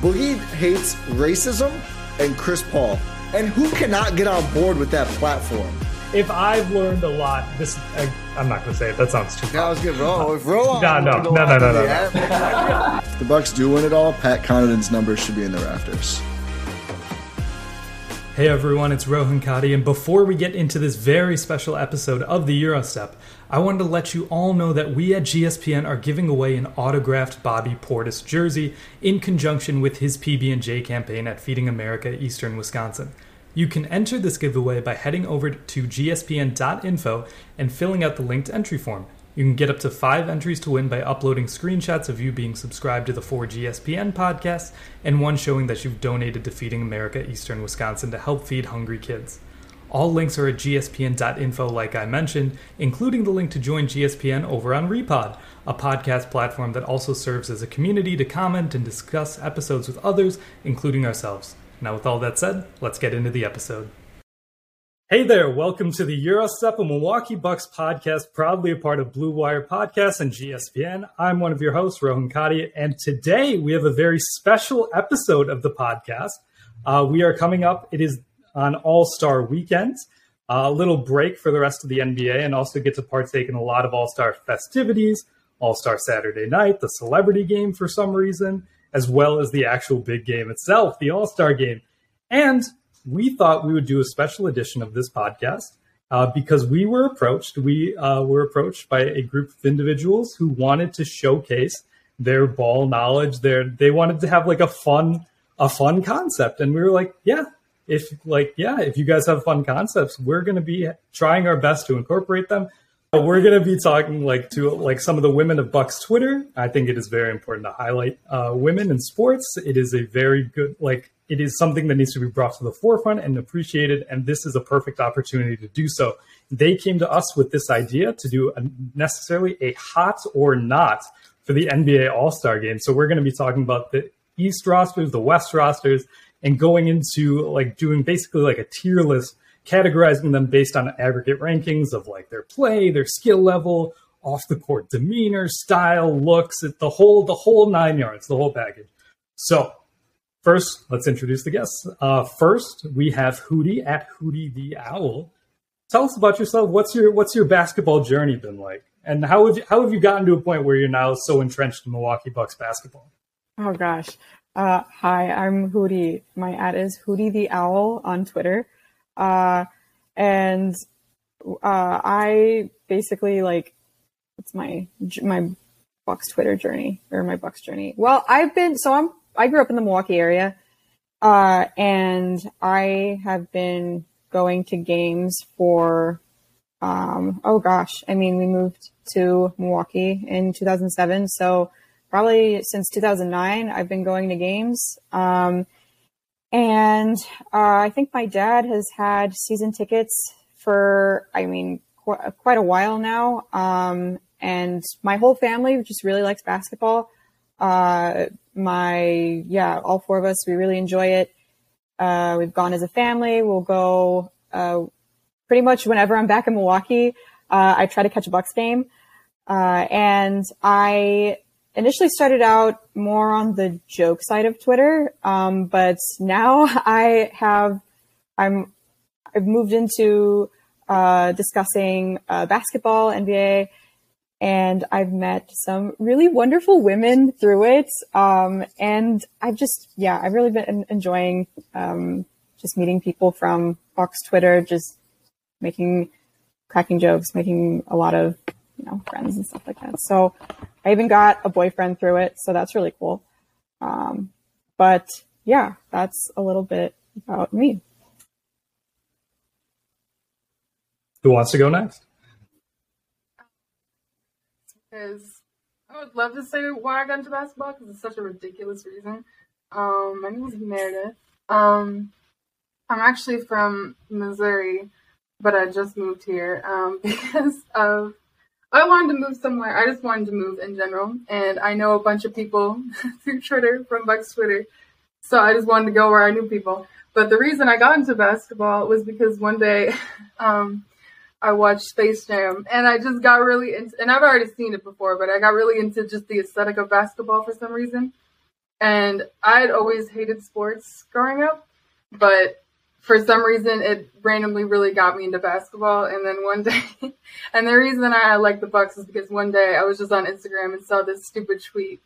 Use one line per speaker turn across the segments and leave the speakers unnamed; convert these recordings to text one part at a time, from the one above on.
Boogie hates racism and Chris Paul. And who cannot get on board with that platform?
If I've learned a lot, this, I, I'm not gonna say it, that sounds too
That was good, bro. If Roll
No, no, no, no, no, no,
the Bucks do win it all. Pat Connaughton's numbers should be in the rafters.
Hey everyone, it's Rohan Kadi, and before we get into this very special episode of the Eurostep, I wanted to let you all know that we at GSPN are giving away an autographed Bobby Portis jersey in conjunction with his PB&J campaign at Feeding America Eastern Wisconsin. You can enter this giveaway by heading over to gspn.info and filling out the linked entry form. You can get up to five entries to win by uploading screenshots of you being subscribed to the 4GSPN podcast and one showing that you've donated to Feeding America Eastern Wisconsin to help feed hungry kids. All links are at gspn.info, like I mentioned, including the link to join GSPN over on Repod, a podcast platform that also serves as a community to comment and discuss episodes with others, including ourselves. Now, with all that said, let's get into the episode. Hey there, welcome to the Eurostep, a Milwaukee Bucks podcast, proudly a part of Blue Wire Podcasts and GSPN. I'm one of your hosts, Rohan Kadia, and today we have a very special episode of the podcast. Uh, we are coming up, it is on All Star Weekend, a little break for the rest of the NBA, and also get to partake in a lot of All Star festivities, All Star Saturday night, the celebrity game for some reason, as well as the actual big game itself, the All Star game. And we thought we would do a special edition of this podcast uh, because we were approached. We uh, were approached by a group of individuals who wanted to showcase their ball knowledge. Their they wanted to have like a fun a fun concept, and we were like, yeah, if like yeah, if you guys have fun concepts, we're going to be trying our best to incorporate them. But we're going to be talking like to like some of the women of Bucks Twitter. I think it is very important to highlight uh, women in sports. It is a very good like it is something that needs to be brought to the forefront and appreciated. And this is a perfect opportunity to do so. They came to us with this idea to do a, necessarily a hot or not for the NBA All Star Game. So we're going to be talking about the East rosters, the West rosters, and going into like doing basically like a tier list categorizing them based on aggregate rankings of like their play, their skill level, off the court demeanor, style, looks, the whole the whole nine yards, the whole package. So first, let's introduce the guests. Uh, first, we have Hootie at Hootie the Owl. Tell us about yourself. What's your what's your basketball journey been like? And how have you, how have you gotten to a point where you're now so entrenched in Milwaukee Bucks basketball?
Oh gosh. Uh, hi, I'm Hootie. My ad is Hootie the Owl on Twitter. Uh, and uh, I basically like it's my my Bucks Twitter journey or my Bucks journey. Well, I've been so I'm I grew up in the Milwaukee area, uh, and I have been going to games for um, oh gosh, I mean we moved to Milwaukee in 2007, so probably since 2009 I've been going to games. Um, and uh, I think my dad has had season tickets for, I mean, qu- quite a while now. Um, and my whole family just really likes basketball. Uh, my, yeah, all four of us, we really enjoy it. Uh, we've gone as a family. We'll go uh, pretty much whenever I'm back in Milwaukee. Uh, I tried to catch a Bucks game, uh, and I initially started out more on the joke side of Twitter, um, but now I have I'm I've moved into uh, discussing uh, basketball, NBA, and I've met some really wonderful women through it. Um, and I've just yeah, I've really been enjoying um, just meeting people from Fox Twitter, just making cracking jokes, making a lot of you know friends and stuff like that. So I even got a boyfriend through it, so that's really cool. Um, but yeah, that's a little bit about me.
Who wants to go next?
Because I would love to say why I got into basketball because it's such a ridiculous reason. Um, my name is Meredith. Um, I'm actually from Missouri, but I just moved here um, because of I wanted to move somewhere. I just wanted to move in general, and I know a bunch of people through Twitter from Bucks Twitter, so I just wanted to go where I knew people. But the reason I got into basketball was because one day um, I watched Space Jam, and I just got really into. And I've already seen it before, but I got really into just the aesthetic of basketball for some reason. And I'd always hated sports growing up, but for some reason it randomly really got me into basketball and then one day and the reason i like the bucks is because one day i was just on instagram and saw this stupid tweet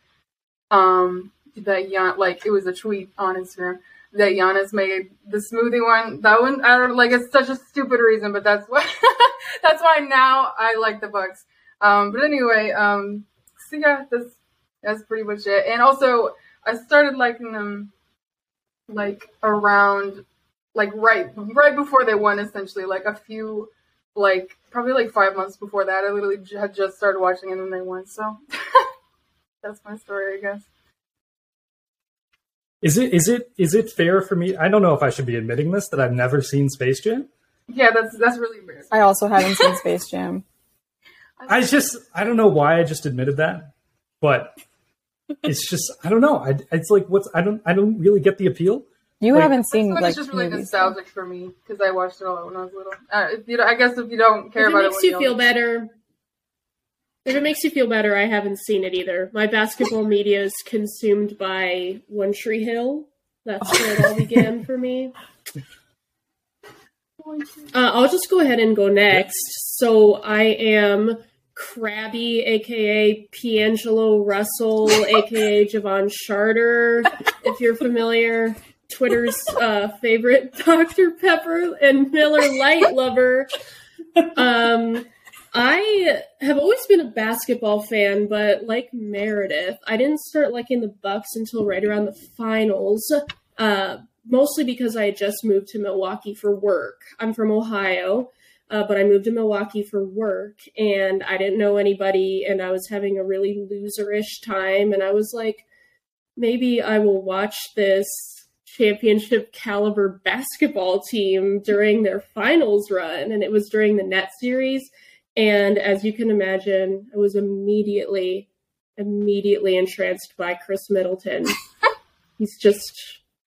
um that Gian, like it was a tweet on instagram that Giannis made the smoothie one. That one, I don't like. It's such a stupid reason, but that's why. that's why now I like the Bucks. Um, but anyway, um, so yeah, that's that's pretty much it. And also, I started liking them like around like right right before they won essentially like a few like probably like five months before that i literally j- had just started watching and then they won so that's my story i guess
Is it is it is it fair for me? I don't know if I should be admitting this that I've never seen Space Jam.
yeah that's that's really embarrassing
I also haven't seen Space Jam.
I just I don't know why I just admitted that, but it's just I don't know. I, it's like what's I don't I don't really get the appeal.
You
Like,
haven't seen
But
like
it's just really
movies.
nostalgic for me because i watched it all when i was little uh, if you don't- i guess if you don't care
If it
about
makes
when
you feel
don't-
better, if it makes you feel better, I haven't seen it either. My basketball media is consumed by One Tree Hill. That's where it all began for me. Uh, I'll just go ahead and go next. So I am Krabby, aka Piangelo Russell, aka Javon Charter, if you're familiar. Twitter's uh, favorite Dr. Pepper and Miller Light lover. Um, I have always been a basketball fan, but like Meredith, I didn't start liking the Bucks until right around the finals. Uh, mostly because I had just moved to Milwaukee for work. I'm from Ohio, uh, but I moved to Milwaukee for work, and I didn't know anybody, and I was having a really loserish time, and I was like, maybe I will watch this championship caliber basketball team during their finals run. And it was during the net series. And as you can imagine, I was immediately, immediately entranced by Chris Middleton. he's just,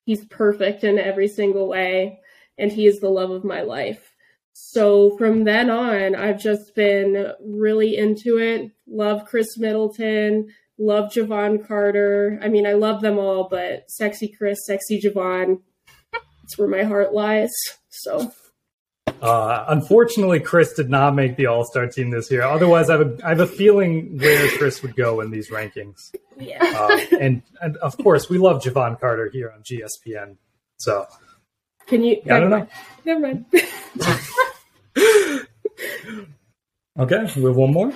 he's perfect in every single way. And he is the love of my life. So from then on, I've just been really into it. Love Chris Middleton love Javon Carter. I mean, I love them all, but sexy Chris, sexy Javon, it's where my heart lies. So
Uh, unfortunately, Chris did not make the All Star team this year. Otherwise, I have a, I have a feeling where Chris would go in these rankings.
yeah,
Uh, and and of course, we love Javon Carter here on GSPN. So
can you?
I don't know.
Never mind.
Okay, we have one more.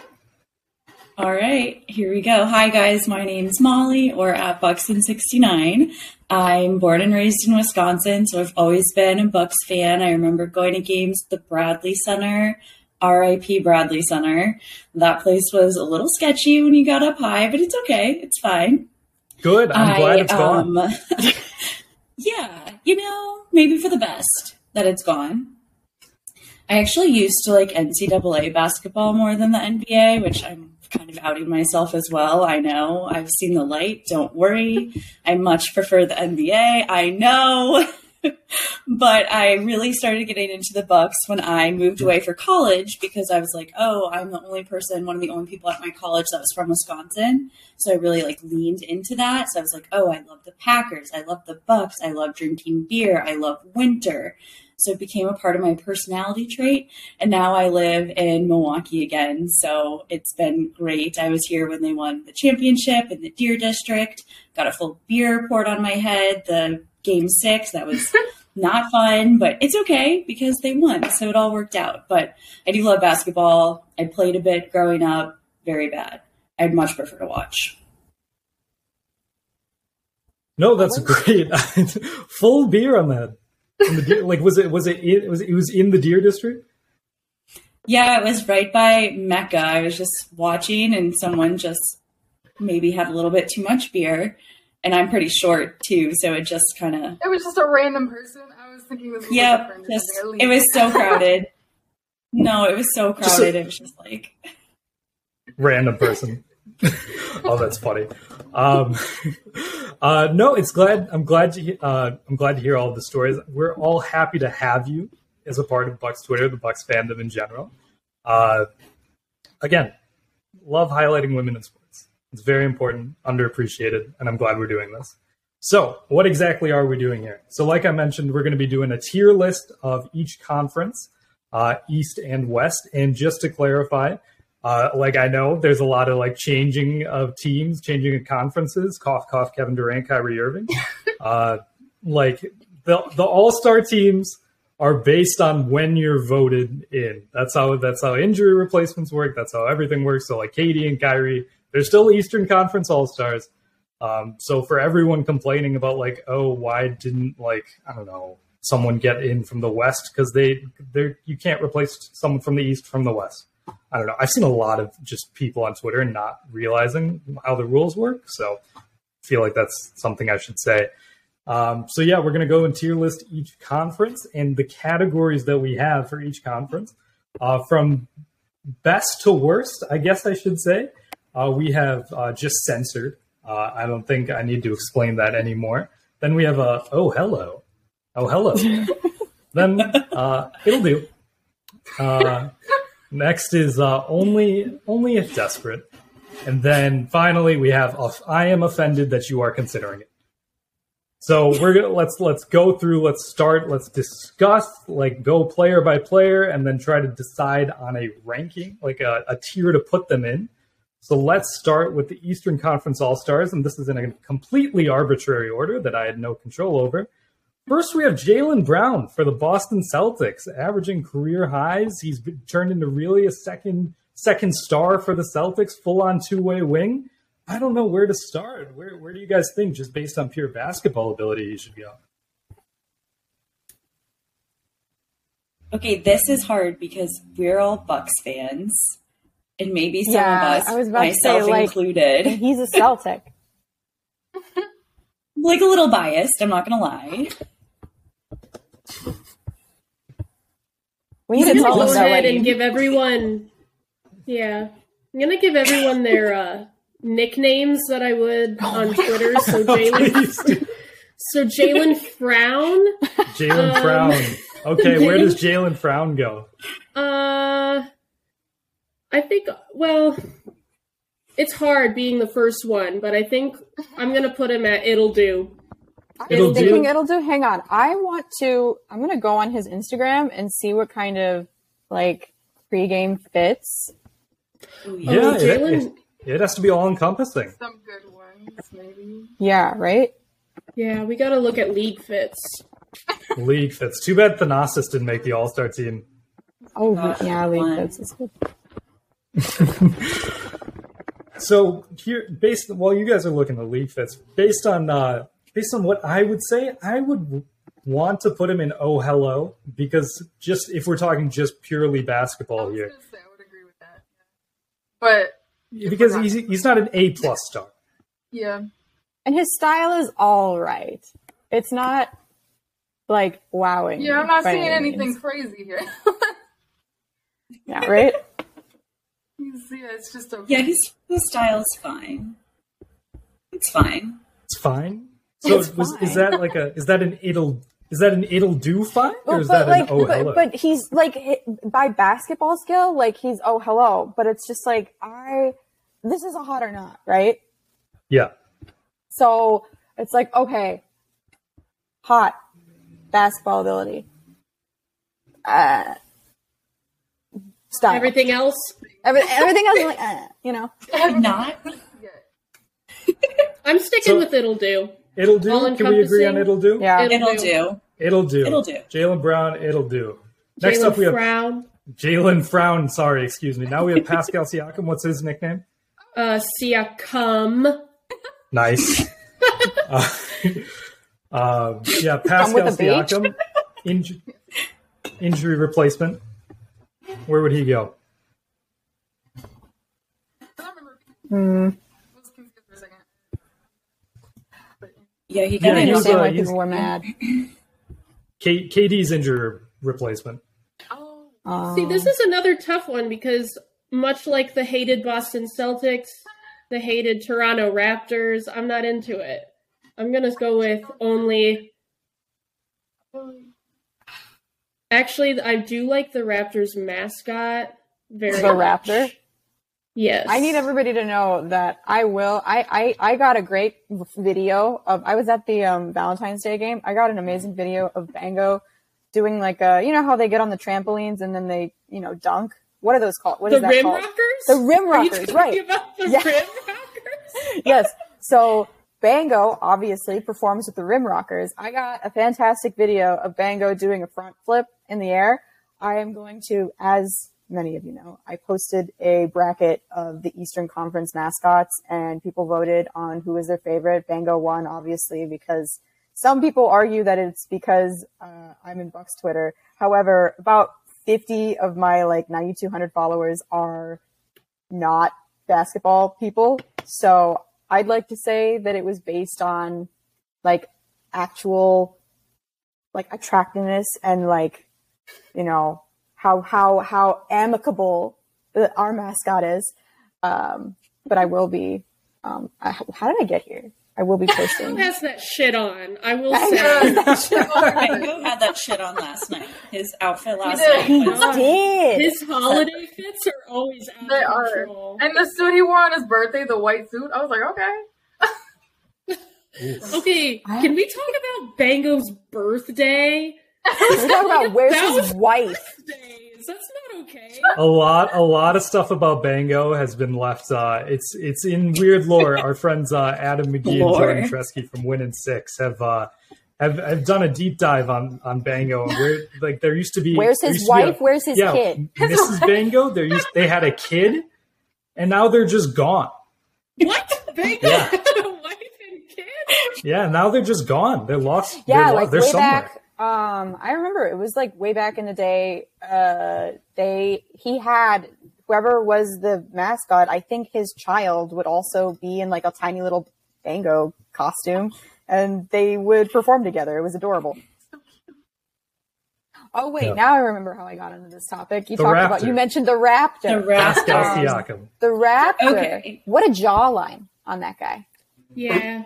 All right, here we go. Hi, guys. My name's Molly, or at Buxton69. I'm born and raised in Wisconsin, so I've always been a Bucks fan. I remember going to games at the Bradley Center, RIP Bradley Center. That place was a little sketchy when you got up high, but it's okay. It's fine.
Good. I'm glad it's gone.
um, yeah, you know, maybe for the best that it's gone. I actually used to like NCAA basketball more than the NBA, which I'm kind of outing myself as well. I know I've seen the light. Don't worry. I much prefer the NBA. I know. but I really started getting into the Bucks when I moved away for college because I was like, oh, I'm the only person, one of the only people at my college that was from Wisconsin. So I really like leaned into that. So I was like, oh, I love the Packers, I love the Bucks, I love drinking beer, I love winter. So it became a part of my personality trait. And now I live in Milwaukee again. So it's been great. I was here when they won the championship in the Deer District, got a full beer poured on my head, the game six. That was not fun, but it's okay because they won. So it all worked out. But I do love basketball. I played a bit growing up, very bad. I'd much prefer to watch.
No, that's great. Full beer on that. In the deer, like was it was it in, was it, it was in the deer district?
Yeah, it was right by Mecca. I was just watching, and someone just maybe had a little bit too much beer, and I'm pretty short too, so it just kind of
It was just a random person. I was thinking it was
yeah, just it was so crowded. no, it was so
Just a-
crowded. it was just like
Random person. oh, that's funny. Um, uh, no, it's glad. I'm glad to. he- Uh, I'm glad to hear all of the stories. We're all happy to have you as a part of Bucks Twitter, the Bucks fandom in general. Uh, again, love highlighting women in sports. It's very important, underappreciated, and I'm glad we're doing this. So, what exactly are we doing here? So, like I mentioned, we're going to be doing a tier list of each conference, uh, East and West. And just to clarify, uh, like I know there's a lot of like changing of teams, changing of conferences. Cough, cough. Kevin Durant, Kyrie Irving. uh, like the the All Star teams are based on when you're voted in. That's how that's how injury replacements work. That's how everything works. So like Katie and Kyrie, they're still Eastern Conference All Stars. Um, so for everyone complaining about like, oh, why didn't like I don't know someone get in from the West because they they you can't replace someone from the East from the West. I don't know. I've seen a lot of just people on Twitter not realizing how the rules work. So I feel like that's something I should say. Um, so yeah, we're going to go and tier list each conference and the categories that we have for each conference. Uh, from best to worst, I guess I should say, uh, we have uh, just censored. Uh, I don't think I need to explain that anymore. Then we have a oh hello, oh hello. then uh, it'll do. Uh, next is uh, only only if desperate, and then finally we have uh, I am offended that you are considering it. So we're gonna let's let's go through. Let's start. Let's discuss. Like go player by player, and then try to decide on a ranking, like a, a tier to put them in. So let's start with the Eastern Conference All Stars, and this is in a completely arbitrary order that I had no control over. First, we have Jalen Brown for the Boston Celtics, averaging career highs. He's been turned into really a second second star for the Celtics, full on two way wing. I don't know where to start. Where where do you guys think, just based on pure basketball ability, he should go?
okay. This is hard because we're all Bucks fans, and maybe some
Yeah,
of us,
I was about to say,
myself
like-
included,
He's a Celtic.
like a little biased. I'm not gonna lie.
We need to tell
go
them that.
ahead
Lenny.
and give everyone. Yeah, I'm gonna give everyone their uh, nicknames that I would on Twitter. So Jalen,
Please do.
so Jalen Frown.
Jalen
Um,
Brown. Okay, where does Jalen Brown go?
Uh, I think. Well, it's hard being the first one, but I think I'm gonna put him at it'll do.
It'll
I'm thinking
do.
it'll do. Hang on. I want to, I'm going to go on his Instagram and see what kind of like pregame fits.
Ooh,
Yeah, it-
Jalen-
it, it has to be all encompassing.
Some good ones, maybe.
Yeah, right?
Yeah, we gotta look at league fits.
League fits. Too bad Thanasis didn't make the All Star team.
Oh,
Gosh,
yeah, league
one.
fits is good.
So here, based while you guys are looking at league fits, based on uh, based on what I would say, I would want to put him in Oh Hello because just if we're talking just purely
I
Oh,
basketball
was
here,
gonna say I would agree with that. But
because he's he's not an A plus star.
yeah,
And his style is all right. It's not like wowing.
yeah, I'm not
by
seeing
any means.
anything crazy here.
Yeah, right?
He's- yeah, it's just okay.
Yeah, his his style's fine. It's fine.
It's fine. So
It's
was, is
fine.
that like a is that an it'll Is that an it'll do find or is
but
that
like,
an oh hello?
but, but he's like hi- by basketball skill, like he's oh hello. But it's just like I, this is a hot or not, right?
yeah.
So it's like okay, hot basketball ability, uh, style.
Everything else,
Every- everything else, is like uh, you know.
I'm not.
I'm sticking
So-
with it'll do.
It'll do. Can we agree on
all-encompassing.
it'll do?
Yeah.
It'll do.
It'll do.
It'll do.
Jalen Brown, it'll do. Next up, we have
Frown,
Jalen Frown. Sorry, excuse me. Now we have Pascal Siakam. What's his nickname?
uh, Siakam.
Nice. Uh, um, yeah, Pascal
with a beach?
Siakam, inj- injury replacement. Where would he go?
I don't remember. I was confused for a second.
Yeah, he
Yeah,
kind
I
of
he's
understand
a-
why
he's-
people were mad.
K- KD's injury replacement.
Oh,
Um,
See, this is another tough one because much like the hated Boston Celtics, the hated Toronto Raptors, I'm not into it. I'm gonna go with only.
really?
Actually, I do like the Raptors mascot very.
The
much.
Raptor?
Yes.
I need everybody to know that I will. I, I, I got a great video of, I was at the um, Valentine's Day game. I got an amazing video of Bango doing like a, you know how they get on the trampolines and then they, you know, dunk? What are those called? What is
the
that
Rim
called?
Rockers.
The Rim
Are you
Rockers,
talking
right.
About the
Yeah.
Rim Rockers.
yes. So Bango obviously performs with the Rim Rockers. I got a fantastic video of Bango doing a front flip in the air. I am going to, as many of you know, I posted a bracket of the Eastern Conference mascots and people voted on who was their favorite. Bango won, obviously, because some people argue that it's because uh, I'm in Bucks Twitter. However, about 50 of my like 9,200 followers are not basketball people. So I'd like to say that it was based on like actual like attractiveness and like you know how how how amicable the, our mascot is. Um, but I will be. Um, I, how did I get here? I will be posting.
Pass that shit on. I will
I
say.
Who had that shit on last night? His outfit last
did.
night. was-
I did.
His holiday fits are always out
They
of
are.
control.
And the suit he wore on his birthday, the white suit, I was like, okay.
Okay, can we talk about Bango's birthday?
We're talking about where's his wife.
Days. That's not okay.
A lot, a lot of stuff about Bango has been left. Uh, it's it's in weird lore. Our friends uh, Adam McGee
Lore.
and Jordan Tresky from Win and Six have uh, have have done a deep dive on on Bango and where like there used to be
Where's
there
his
used to be
wife? Where's his kid?
Mrs. Bango. There used they had a kid, and now they're just gone.
What? Bango
Yeah.
had a wife and kid?
Yeah, now they're just gone. They're lost.
yeah
they're, lo-
like
they're
way
somewhere.
back um i remember it was like way back in the day uh they he had whoever was the mascot i think his child would also be in like a tiny little bango costume and they would perform together it was adorable oh wait
Yeah.
now i remember how i got into this topic you
The
talked about
raptor.
you mentioned the raptor
The Raptors.
Pascal Siakam.
the raptor
Okay.
what a jawline on that guy
Yeah.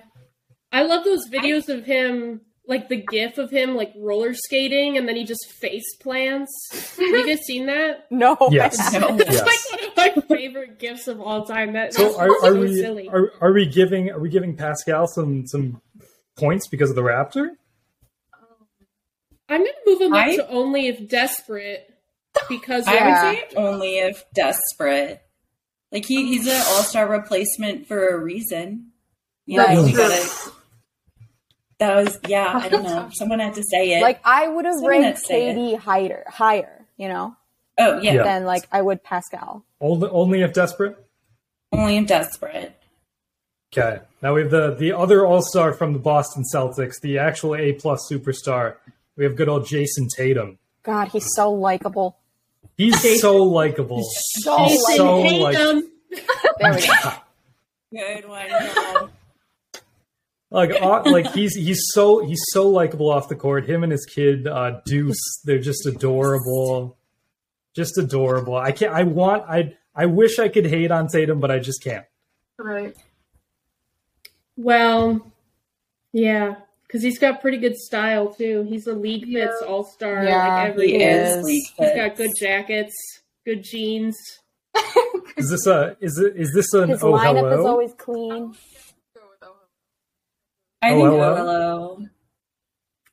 I love those videos of him, like the gif of him, like roller skating, and then he just face plants. Have you guys seen that?
no
Yes.
No.
Yes.
Like one of my favorite gifs of all time. That,
So
so
are, are we
silly.
are, are we giving are we giving Pascal some some points because of the Raptor?
I'm gonna move him up
I-
to only if desperate because
I
Yeah.
would say only if desperate. Like he, he's an all star replacement for a reason. You know,
Right.
you gotta- that was yeah. I don't know. Someone had to say it.
like i would have
Someone
ranked
that say it.
katie higher higher you know
oh yeah,
Yeah.
than like I would Pascal.
Only only if desperate.
only if desperate.
Okay. Now we have the the other All Star from the Boston Celtics, the actual A plus superstar. We have good old Jason Tatum.
God, he's so likable.
He's so likable.
So
He's so
likable.
Jason
like-
Tatum.
There we go.
Good one. Rob.
Like uh, like he's he's so he's so likable off the court. Him and his kid uh, Deuce, they're just adorable, just adorable. I can't. I want. I I wish I could hate on Tatum, but I just can't.
Right.
Well, yeah. because he's got pretty good style too. He's a league fits
Yeah.
all star.
Yeah,
like every
He is.
He's
League
got good
fits.
jackets, good jeans.
Is this a is it is this an
His
oh
lineup
hello?
is always clean.
Go with Owen.
I
Oh,
think
hello?
hello.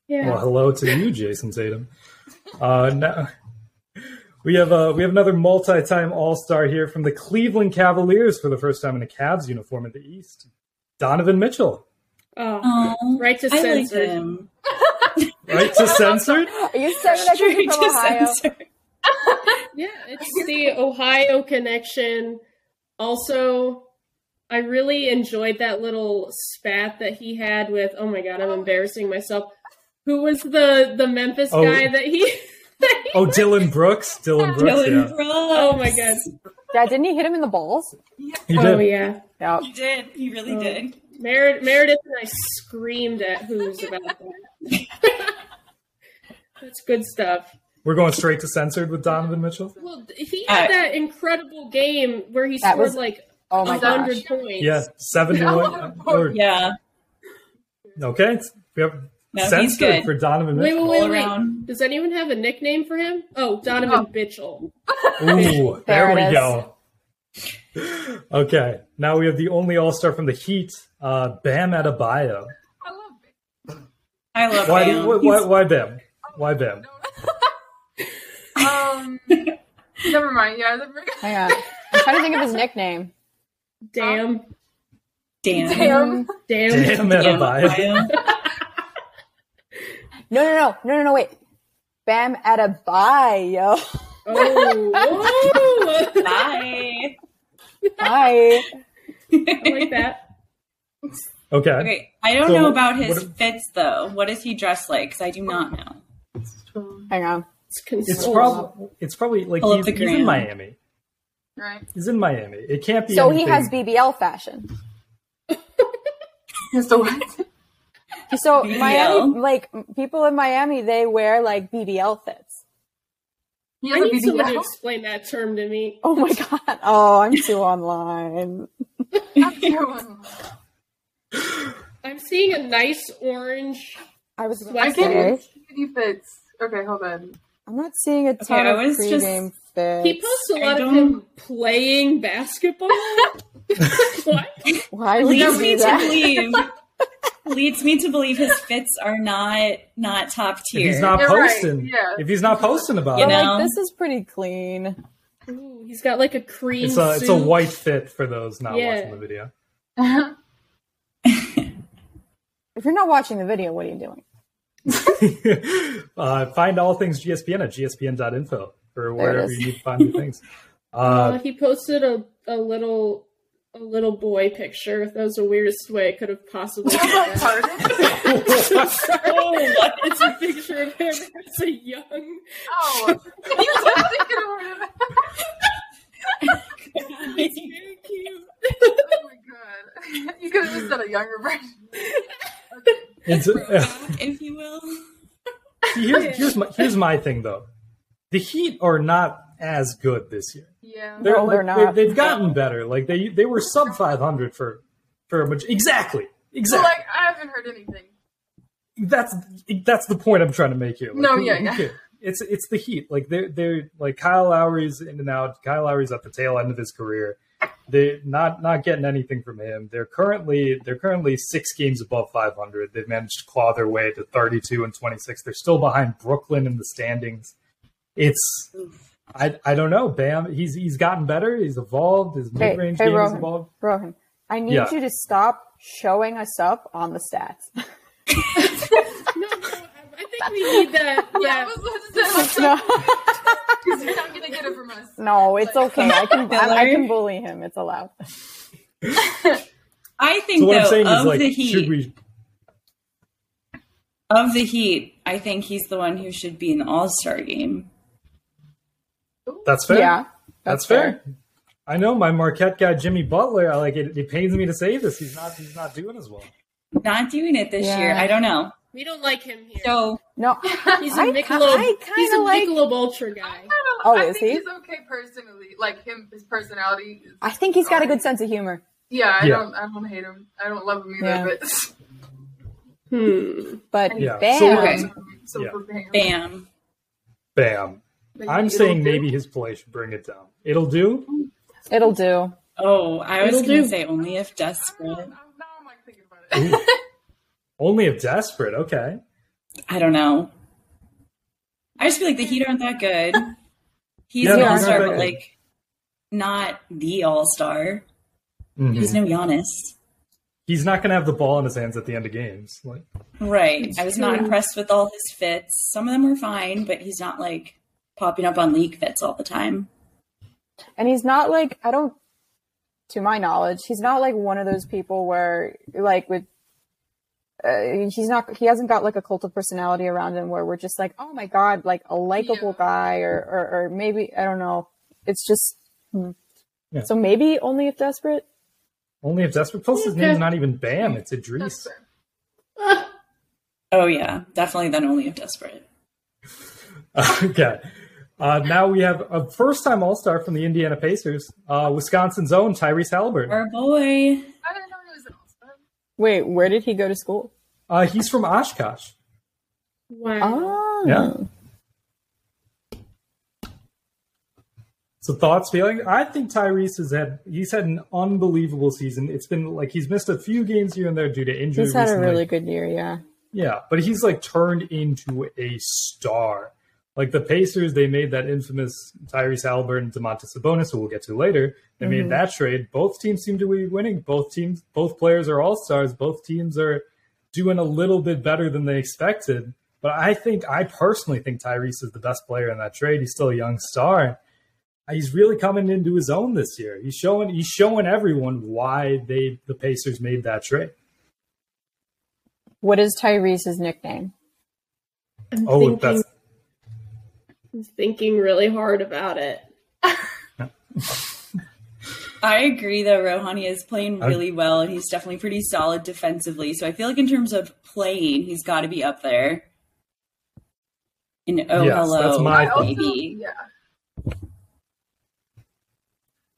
Yeah,
Well, hello to you, Jason Tatum. Uh, now we have uh, we have another multi-time All Star here from the Cleveland Cavaliers for the first time in a Cavs uniform in the East. Donovan Mitchell,
oh,
Oh,
right to
I liked
censor.
him.
right to censored.
Are you certain that could be
Straight
from
to
Ohio?
censor.
Yeah, it's the Ohio connection. Also, I really enjoyed that little spat that he had with. Oh my god, I'm embarrassing myself. Who was the the Memphis
Oh.
guy that he? That he
Oh, Dylan Brooks, Dylan Brooks,
Dylan
yeah,
Brooks.
oh my god.
Yeah, didn't he hit him in the balls?
he
Oh
did.
yeah.
Yeah.
He did. He really
Oh.
did.
Meredith, Meredith and I screamed at who's about that. That's good stuff.
We're going straight to censored with Donovan Mitchell.
Well, he had
I-
that incredible game where he
That
scored
was-
like
Oh my gosh.
100 points.
Yeah, seven to one. or-
Yeah.
Okay, we have
No, he's
censored
good.
for Donovan
Wait,
Mitchell.
wait, wait,
All
wait.
around.
Does anyone have a nickname for him? Oh, Donovan Mitchell.
Ooh,
There
there,
it
we
is.
go. Okay, now we have the only All Star from the Heat, uh, Bam Adebayo.
I love it.
I love
Why,
him.
why,
He's-
why, why Bam? Why Bam?
Um, never mind. Yeah, never mind.
Hang on. I'm trying to think of his nickname.
Damn.
Damn.
Damn.
Damn.
Damn
Damn,
Adebayo.
Ohio.
No, no, no, no, no, no, wait. Bam Adebayo.
Oh, whoa.
Bye.
Hi.
I like that.
Okay.
Okay, I don't
So
know
what-
about his
what-
fits though. What is he dressed like? Because I do not know.
Hang on.
It's,
It's,
consoling.
prob- it's probably like
Pull up
he's,
the
he's in
gram.
Miami.
Right.
He's in Miami. It can't be.
So he
anything.
has BBL fashion.
So what?
So
BBL?
Miami, like people in Miami, they wear like BBL fits.
He
I
has a
need someone to
BBL.
explain that term to me.
Oh my god. Oh, I'm too online.
I'm seeing a nice orange.
I was
I
about to
can't
say,
even fits. Okay, hold on.
I'm not seeing a ton
I
of
was just-
pregame fits.
He posts a
I
lot of
don't-
him playing basketball. what?
Why would you
Leads
do
me to
that?
believe. leads me to believe his fits are not not top
If
tier.
he's not
Yeah, right,
posting,
yeah.
if he's not posting about
You
But
it,
know?
like this is pretty clean.
Ooh, he's got like a cream
it's a it's a
suit.
white fit for those not
Yeah.
watching the video.
Oh,
If you're not watching the video, what are you doing?
uh, find all things GSPN at gspn.info or
There it
wherever
is.
you find your things.
Uh,
Uh,
he posted a, a little a little boy picture. That was the weirdest way it could have possibly been.
Pardon?
oh, what?
It's a picture of him as a young.
Oh, you just thinking about it.
It's very cute.
Oh my god. You could have just done a younger version.
it's, uh,
if you will.
See, here's, here's my here's my thing though. The Heat are not as good this year.
Yeah.
They're,
No, they're not.
They, have gotten better. Like they they were sub 500 for for a maj- exactly
So,
exactly.
like, I haven't heard anything.
that's that's the point I'm trying to make here. Like,
No,
who-
yeah,
who
yeah.
cares? It's it's the Heat. Like they're they're like Kyle Lowry's in and out. Kyle Lowry's at the tail end of his career. They're not not getting anything from him. They're currently they're currently six games above 500. They've managed to claw their way to 32 and 26. They're still behind Brooklyn in the standings. It's I I don't know. Bam, he's he's gotten better. He's evolved. His
Hey,
mid range
hey,
game has
Rohan.
evolved.
Rohan, I need
Yeah.
you to stop showing us up on the stats.
No, no, I think we need that.
Yeah, I
Yeah,
was about to say,
No,
like, you're not gonna get it from us.
no, it's okay. I can I, I can bully him. It's allowed.
I think
So what
though
I'm saying
of
is like,
the
should
Heat,
we?
of the Heat, I think he's the one who should be in the All Star game.
That's fair.
Yeah,
That's, fair. I know my Marquette guy Jimmy Butler. I like it. It pains me to say this. He's not. He's not doing as well.
Not doing it this
Yeah.
year. I don't know.
we don't like him here.
So
No,
he's a
I-
Michelob.
I
he's a
kinda like-
Michelob Ultra guy.
Oh,
I
is
think
he?
He's okay personally. Like him, his personality. is-
I think he's got a good sense of humor.
Yeah, I
Yeah.
don't. I don't hate him. I don't love him either.
Yeah.
But
Hmm.
But
Yeah.
bam.
So
Okay.
we're-
So
Yeah.
for Bam.
Bam.
Bam.
Maybe
I'm
it'll
saying
do.
maybe his play should bring it down. It'll do.
It'll do.
Oh, I was
It'll
going
do.
to say only if desperate.
Now I'm like thinking about it.
Only if desperate. Okay.
I don't know. I just feel like the Heat aren't that good. He's
Yeah,
an
they're
all
not
star,
that
but
good.
like not the all star.
Mhm.
He's no Giannis.
He's not going to have the ball in his hands at the end of games. Like,
Right. I was not impressed with all his fits. Some of them were fine, but he's not like popping up on league fits all the time.
And he's not like I don't to my knowledge, he's not like one of those people where like with uh, he's not he hasn't got like a cult of personality around him where we're just like, "Oh my god, like a likable
Yeah.
guy or, or or maybe I don't know. It's just hmm.
Yeah.
So maybe only if desperate.
only if desperate. Plus, his name's not even Bam. It's Idris.
That's fair.
Oh yeah, definitely. Then only if desperate.
okay. Uh, now we have a first time All Star from the Indiana Pacers, uh, Wisconsin's own Tyrese Halliburton.
Our boy.
I didn't know he was an all-star.
Wait, where did he go to school?
Uh, he's from Oshkosh.
Wow.
Oh.
Yeah. So thoughts, feelings? I think Tyrese has had he's had an unbelievable season. It's been like he's missed a few games here and there due to injury.
He's had a
recently.
really good year, yeah.
Yeah, but he's like turned into a star. Like the Pacers, they made that infamous Tyrese Halliburton, Demontis Sabonis, who we'll get to later. They
Mm-hmm.
made that trade. Both teams seem to be winning. Both teams, both players are all stars. Both teams are doing a little bit better than they expected. But I think, I personally think Tyrese is the best player in that trade. He's still a young star. He's really coming into his own this year. He's showing, he's showing everyone why they, the Pacers, made that trade.
What is Tyrese's nickname?
I'm
Oh,
thinking,
that's
I'm thinking really hard about it.
I agree though. Rohani is playing
I-
really well, and he's definitely pretty solid defensively. So I feel like in terms of playing, he's got to be up there. And oh
Yes,
hello,
that's my
I also-
baby.
yeah.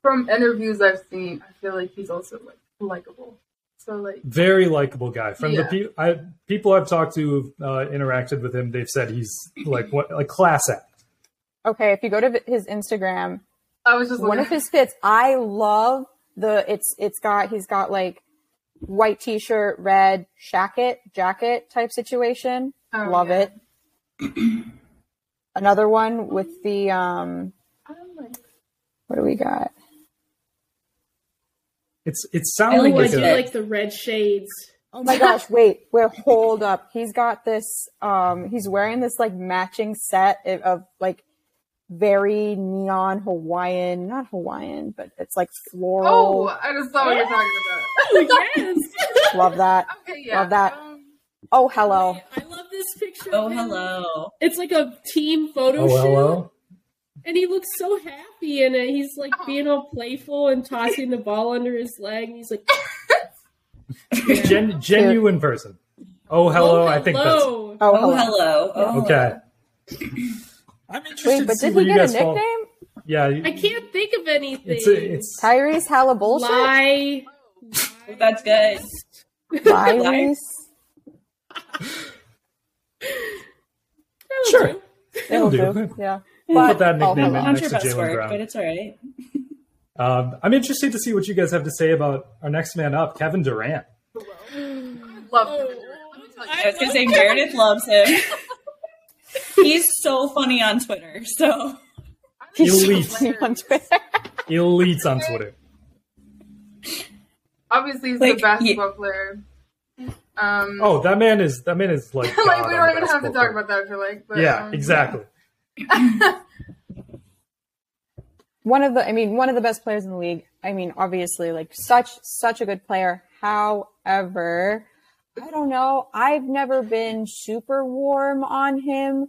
From interviews I've seen, I feel like he's also like likable. So like
very likable guy. From
Yeah.
the pe- I, people I've talked to, who've, uh, interacted with him, they've said he's like what, like class act.
Okay, if you go to his Instagram,
I was just
one
looking-
of his fits. I love the it's it's got he's got like white t-shirt, red jacket, jacket type situation.
Oh,
love
yeah.
it. Another one with the um
I don't like
what do we got?
It's it
I
sounds
Oh,
like,
like
I
it.
do
a-
like the red shades.
Oh my gosh, wait, wait, hold up. He's got this um he's wearing this like matching set of, of like very neon Hawaiian, not Hawaiian, but it's like
Oh,
floral.
I just saw what you're talking about.
Oh, yes.
Love that.
okay, yeah.
Love that.
Um,
Oh, hello.
I love this picture.
Oh
of him.
hello.
It's like a team photo
oh
shoot.
hello.
And he looks so happy in it. He's like being all playful and tossing the ball under his leg. And he's like,
Gen, genuine person. Oh hello. I think that's
hello.
Oh,
Oh
hello.
hello. Oh, hello.
okay. I'm interested.
Wait,
to
but
see
did
where
he
you
get a
guys fall.
nickname?
Yeah,
I can't think of anything.
it's a, it's
Tyrese Halla bullshit.
Lie.
That's good.
Tyrese.
That'll
Sure.
do.
it'll do.
Yeah.
We'll put that
oh,
nickname
hello.
in
Not
next
your
to
best
Jalen
work, but
Brown.
it's all right.
Um, I'm interested to see what you guys have to say about our next man up, Kevin Durant.
love Kevin Durant. Let me tell you.
I was gonna say Meredith loves him. He's so funny on Twitter. So
He's so
Elite.
funny on Twitter.
Elites on Twitter.
Obviously, he's
Like,
the
yeah.
basketball player. Um,
Oh, that man is that man is like.
like
Oh God
we
on
don't even have to
basketball
talk
court.
about that. I feel like, but,
Yeah,
um,
exactly.
one of the I mean, one of the best players in the league. I mean, obviously, like such such a good player. However, I don't know. I've never been super warm on him.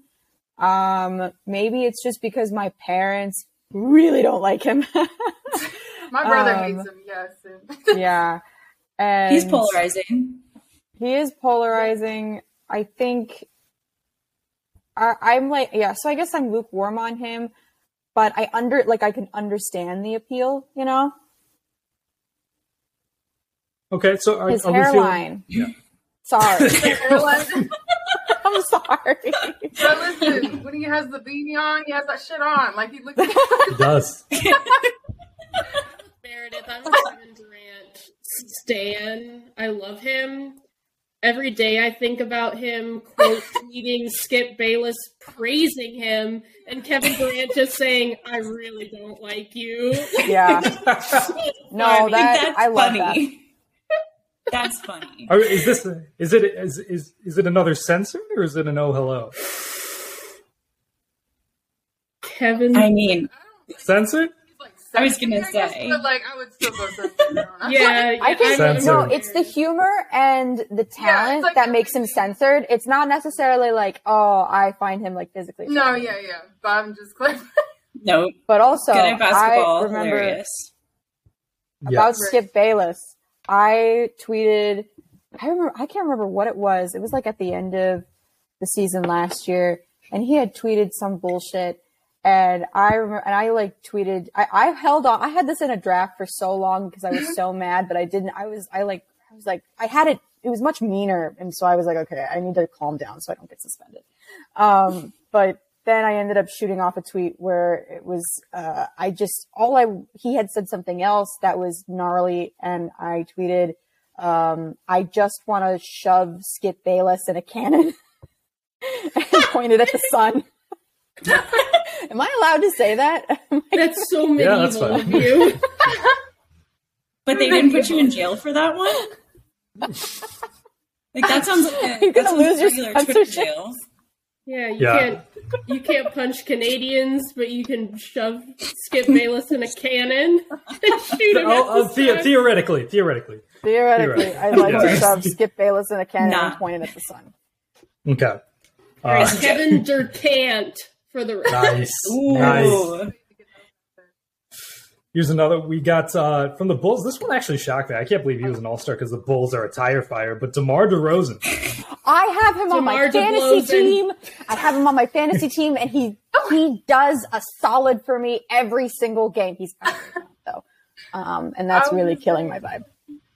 Um, maybe it's just because my parents really don't like him.
My brother
Um,
hates him. Yes, and-
yeah. And
he's polarizing.
He is polarizing. I think I, I'm like, yeah, so I guess I'm lukewarm on him, but I under, like, I can understand the appeal, you know?
Okay, so are,
His
are we feeling,
hairline. Sorry.
Everyone-
I'm sorry.
But listen, when he has the beanie on, he has that shit on. Like he looks.
It does.
Meredith, I'm a Kevin Durant stan. I love him. Every day I think about him, quote tweeting Skip Bayless praising him, and Kevin Durant just saying, I really don't like you.
Yeah. No, that
Sorry.
That's
I love that.
funny. That's funny.
Are- Is this is it is is is it another censored or is it an oh hello
Kevin
I mean,
censored?
like,
I was gonna
sexy, I guess,
say.
but like I would still go something. down.
Yeah,
I think
Censored.
no, it's the humor and the talent
like-
that makes him censored. It's not necessarily like, oh, I find him like physically.
No,
attractive.
yeah, yeah. But I'm just like,
nope.
But also,
Good at
I
basketball.
remember
Hilarious.
about
Right.
Skip Bayless. I tweeted, I remember, I can't remember what it was. It was like at the end of the season last year, and he had tweeted some bullshit. And I remember, and I like tweeted, I, I held on. I had this in a draft for so long because I was so mad, but I didn't. I was, I like, I was like, I had it. It was much meaner, and so I was like, okay, I need to calm down so I don't get suspended. Um, but then I ended up shooting off a tweet where it was, uh, I just, all I, he had said something else that was gnarly and I tweeted, um, I just want to shove Skip Bayless in a cannon and pointed at the sun. Am I allowed to say that?
that's so
Yeah,
medieval
that's
of
fine.
you.
But they didn't put you in jail for that one? Like that sounds like
You're
a, that
gonna
sounds
lose
like
your
regular Twitter
censorship.
jail.
Yeah, you
Yeah.
can't you can't punch Canadians, but you can shove Skip Bayless in a cannon and shoot him.
Oh, oh,
at the
the,
sun.
theoretically, theoretically.
Theoretically,
You're right.
I'd like to
Yeah.
shove Skip Bayless in a cannon and
Nah.
point it at the sun.
Okay. All
It's
right.
Kevin Durant for the record.
Nice.
Ooh.
Nice. Here's another. We got uh, from the Bulls. This one actually shocked me. I can't believe he was an All Star because the Bulls are a tire fire. But DeMar DeRozan,
I have him on my
DeMar
fantasy
DeRozan.
team. I have him on my fantasy team, and he he does a solid for me every single game. He's out right now, though, um, and that's
I
really
was-
killing my vibe.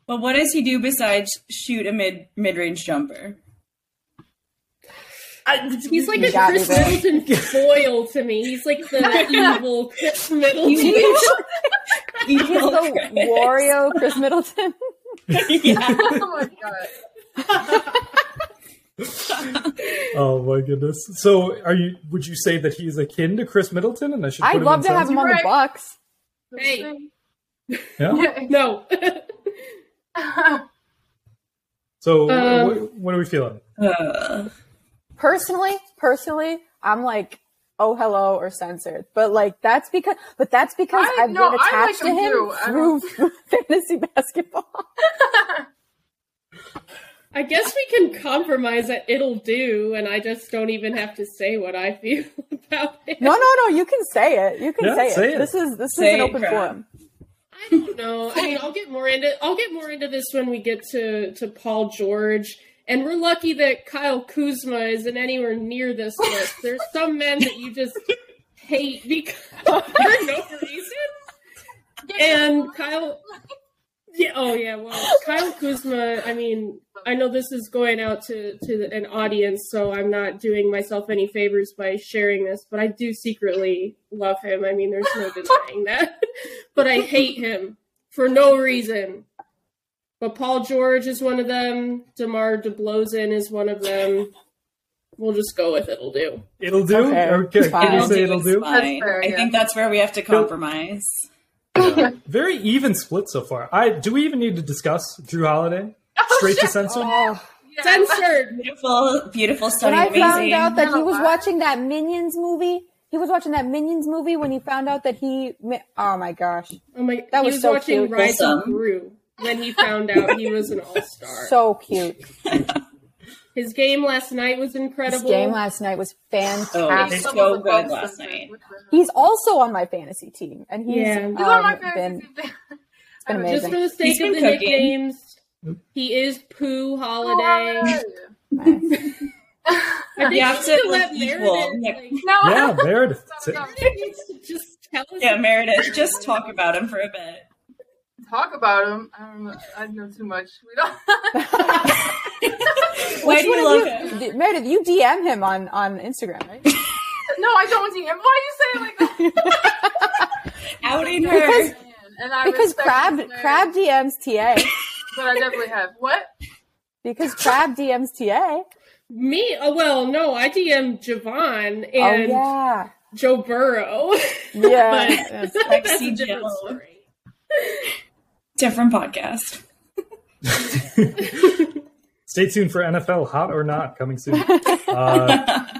But what does he do besides shoot a mid mid range jumper?
He's like a
got me
Chris
there.
Middleton foil to me. He's like the evil Chris Middleton.
He's the Wario Chris Middleton.
oh my god.
oh my goodness. So, are you? Would you say that he's akin to Chris Middleton? And I should. Put
I'd
him
love
in
to have him on the
Right.
Bucks.
Hey.
Suns? Yeah.
No.
So,
Um,
what, what are we feeling?
Ugh.
Personally, personally, I'm like, oh hello or censored, but like that's because, but that's because
I-
I, have
no,
been
I like
attached
him too. I
to him through fantasy basketball.
I guess we can compromise that it'll do, and I just don't even have to say what I feel about it.
No, no, no. You can say it. You can
Yeah,
say,
say
it.
it.
This is this
Say
is an
it,
open
Brad.
forum.
I don't know. I mean, I'll get more into I'll get more into this when we get to to Paul George. And we're lucky that Kyle Kuzma isn't anywhere near this list. There's some men that you just hate because for no reason. And Kyle, yeah, oh yeah, well, Kyle Kuzma. I mean, I know this is going out to to an audience, so I'm not doing myself any favors by sharing this, but I do secretly love him. I mean, there's no denying that. but I hate him for no reason. But Paul George is one of them. Demar DeBlozin is one of them. We'll just go with it'll do.
It'll do.
Okay,
Okay.
fine.
Can you say
It'll
it'll
is
do?
fine.
That's fair,
I
yeah.
think that's where we have to compromise.
Very even split so far. I do. We even need to discuss Drew Holiday straight to censor.
Oh.
Censored.
Beautiful, beautiful
When
study.
I
Amazing.
found out that he was
Yeah.
watching that Minions movie, he was watching that Minions movie when he found out that he. mi- Oh my gosh,
Oh my!
That
he
was
was
so
watching
cute.
Rise of
Wholesome.
Gru when he found out he was an all star.
so cute.
His game last night was
This
incredible.
game last night was fantastic.
so
Someone's
good
above
last
something.
night.
What the-
He's also on my fantasy team, and he's
Yeah. He's
He's on my
um,
fantasy
been
team.
it's been
Just for
amazing.
the sake
He's
of
been
the
cooking.
nicknames, he is Pooh Holiday.
Nice.
I think
You have
we
to
should let
be equal.
Meredith, like,
Yeah.
No.
Yeah, Meredith.
Stop, stop.
Meredith needs to just tell us.
Yeah, Meredith, just talk about him for a bit.
talk about him. I don't know. I know too much. We don't.
Why do
Which
you
one
love
of
it?
you- Meredith, you DM him on on Instagram, right?
no, I don't see him. Why do you say it like that?
Outing her.
And I
Because
respect
crab
his name,
crab DMs TA.
But I definitely have what?
Because crab DMs TA.
Me? Oh, well, no, I DM Javon
Oh
and
yeah,
Joe Burrow.
yeah.
That's a
Lexi
different
Jill.
story.
Different podcast.
Stay tuned for NFL Hot or Not coming soon. Uh,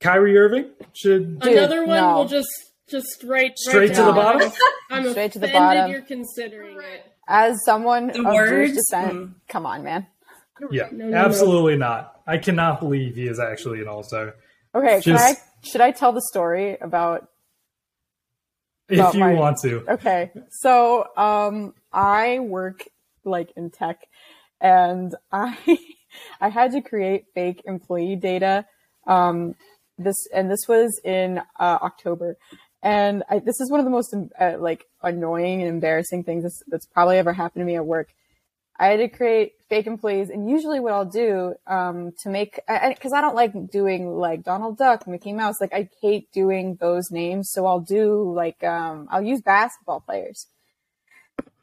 Kyrie Irving should
Dude,
Another one
no.
will just just right
straight
right
to the
down.
bottom.
I'm
Straight to the
offended
bottom.
You're considering it.
As someone
The
of Jewish
words,
descent,
mm.
come on, man.
Yeah,
No, no, no.
absolutely not. I cannot believe he is actually an All Star.
Okay, can I,
Just-
should I tell the story about
If
About
you
my-
want to,
okay. So um I work like in tech and I I had to create fake employee data. Um this and this was in uh, October. And I, this is one of the most uh, like annoying and embarrassing things that's, that's probably ever happened to me at work. I had to create fake employees, and usually what I'll do um, to make because I, don't like doing like Donald Duck, Mickey Mouse, like I hate doing those names, so I'll do like um, I'll use basketball players.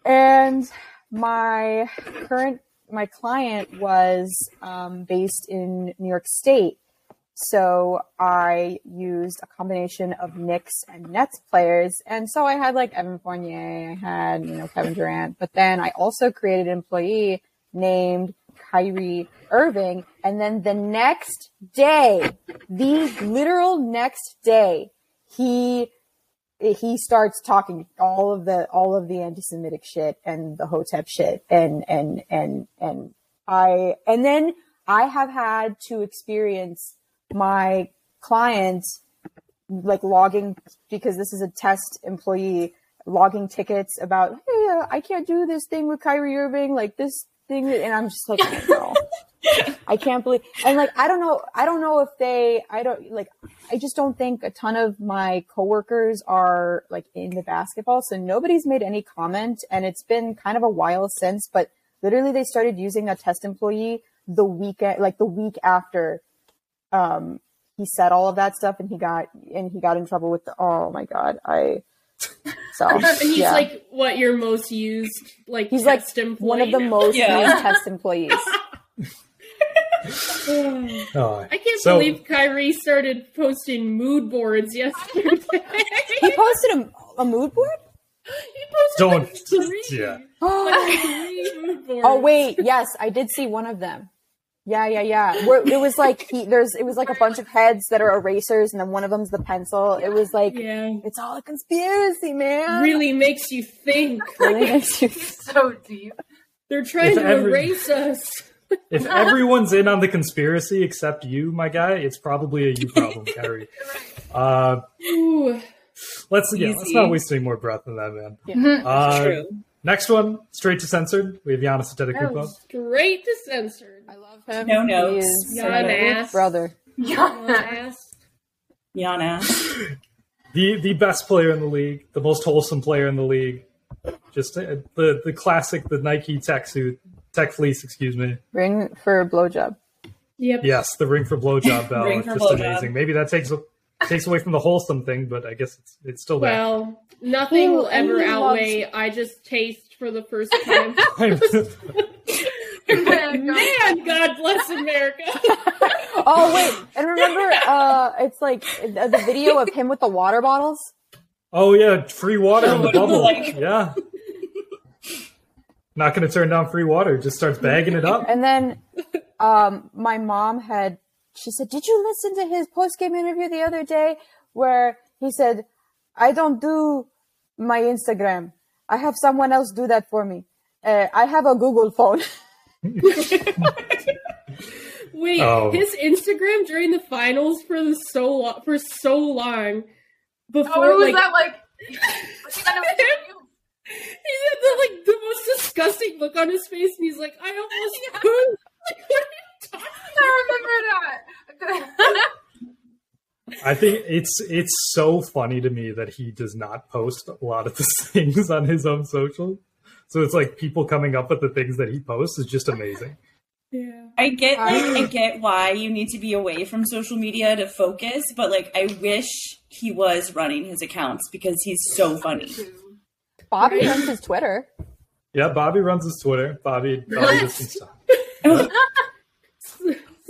And my current my client was um, based in New York State, so I used a combination of Knicks and Nets players. And so I had like Evan Fournier, I had, you know, Kevin Durant, but then I also created an employee named Kyrie Irving. And then the next day, the literal next day, he he starts talking all of the all of the anti-Semitic shit and the Hotep shit and and and and I and then I have had to experience my clients like logging because this is a test employee logging tickets about hey uh, I can't do this thing with Kyrie Irving like this thing and I'm just like oh, girl. I can't believe and like I don't know I don't know if they I don't like I just don't think a ton of my coworkers are like into basketball so nobody's made any comment and it's been kind of a while since but literally they started using that test employee the weekend like the week after um he said all of that stuff and he got and he got in trouble with the oh my god i so
And he's
yeah.
like what your most used like
he's like
test employee
one of the
now.
most
Yeah.
used test employees
oh,
I can't
So-
believe Kyrie started posting mood boards yesterday.
he posted a, a mood board
He posted
Don't-
like three,
yeah.
like three mood boards.
oh wait yes i did see one of them yeah yeah yeah Where, it was like he, there's it was like a bunch of heads that are erasers and then one of them's the pencil it was like
yeah,
it's all a conspiracy man
really makes you think.
Really makes you-
So deep.
They're trying
If
to
every-
erase us.
if everyone's in on the conspiracy except you, my guy, it's probably a you problem, Kyrie. Uh,
Ooh.
let's yeah, let's
Easy.
not waste any more breath on that man. Uh,
True.
Next one, straight to censored. We have Giannis Antetokounmpo.
Straight to censored.
i love him
No
he
notes.
is
You're an
a good
ass.
brother
Yeah.
Ass.
Yana.
the the best player in the league, the most wholesome player in the league. Just uh, the the classic, the Nike tech suit, tech fleece, excuse me.
ring for a blowjob
Yep.
Yes, the ring for blowjob bell.
Ring
it's
for
just
blowjob.
amazing. Maybe that takes takes away from the wholesome thing, but I guess it's it's still there.
Well, nothing
Ooh,
will ever
and he loves-
outweigh I just taste for the first time.
Oh
Man, God bless America.
Oh wait, and remember, uh, it's like the the video of him with the water bottles.
oh yeah, free water in the bubble.
Like-
yeah. Not going to turn down free water. Just starts bagging it up.
And then, um, my mom had, she said, "Did you listen to his post game interview the other day where he said, I don't do my Instagram. I have someone else do that for me. Uh, I have a Google phone."
Wait,
Oh.
his Instagram during the finals for the so long, for so long before
Oh, what was
like
that like? What you gonna make you?
he had the, like the most disgusting look on his face, and he's like, "I almost pooped." Like, what are you talking?
I remember that.
I I think it's it's so funny to me that he does not post a lot of the things on his own social. So it's like people coming up with the things that he posts is just amazing.
Yeah.
I get like I get why you need to be away from social media to focus, but like I wish he was running his accounts because he's so funny.
Bobby runs his Twitter.
Yeah, Bobby runs his Twitter. Bobby, Bobby
What?
does some stuff.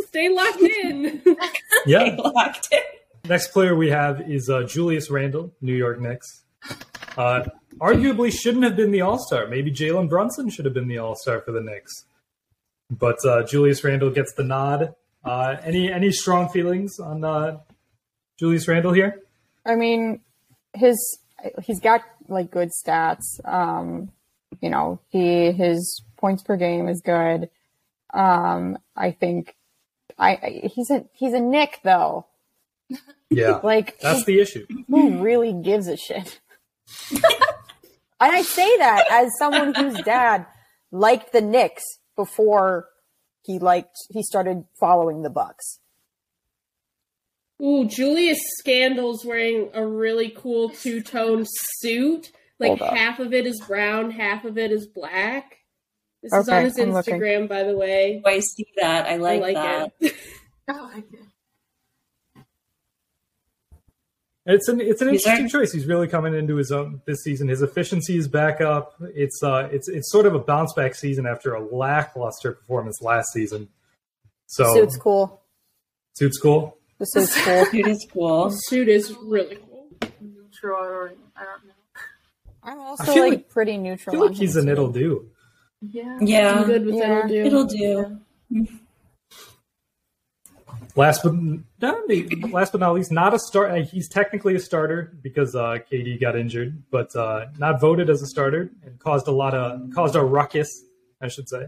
Stay locked in.
Yeah.
Locked in.
Next player we have is uh, Julius Randle, New York Knicks. Uh, arguably shouldn't have been the All Star. Maybe Jalen Brunson should have been the All Star for the Knicks. But uh, Julius Randle gets the nod. Uh, any any strong feelings on uh, Julius Randle here?
I mean, his he's got like good stats. Um, you know, he his points per game is good. Um, I think I, I he's a he's a Nick though.
Yeah,
Like
that's the issue.
who really gives a shit? and I say that as someone whose dad liked the Knicks before he liked he started following the Bucks.
Ooh, Julius Scandal's wearing a really cool two tone suit. Like
Hold up.
half of it is brown, half of it is black. This is
Okay,
on his
I'm looking.
Instagram, by the way.
I see that. I like,
I like
that.
it.
I like it.
It's an it's an
He's
interesting
like-
choice. He's really coming into his own this season. His efficiency is back up. It's uh it's it's sort of a bounce back season after a lackluster performance last season. So
Suit's cool.
suits cool.
The suit's cool.
Dude is cool.
Suit is really cool.
Neutral or I don't know.
I'm
I
also
feel
like,
like-
pretty neutral.
I feel like
on
he's
him,
an
too.
it'll do.
Yeah.
Yeah.
I'm good with
Yeah.
that'll do.
It'll do.
Last but no, last but not least, not a start. uh, He's technically a starter because uh, KD got injured, but uh, not voted as a starter and caused a lot of caused a ruckus, I should say.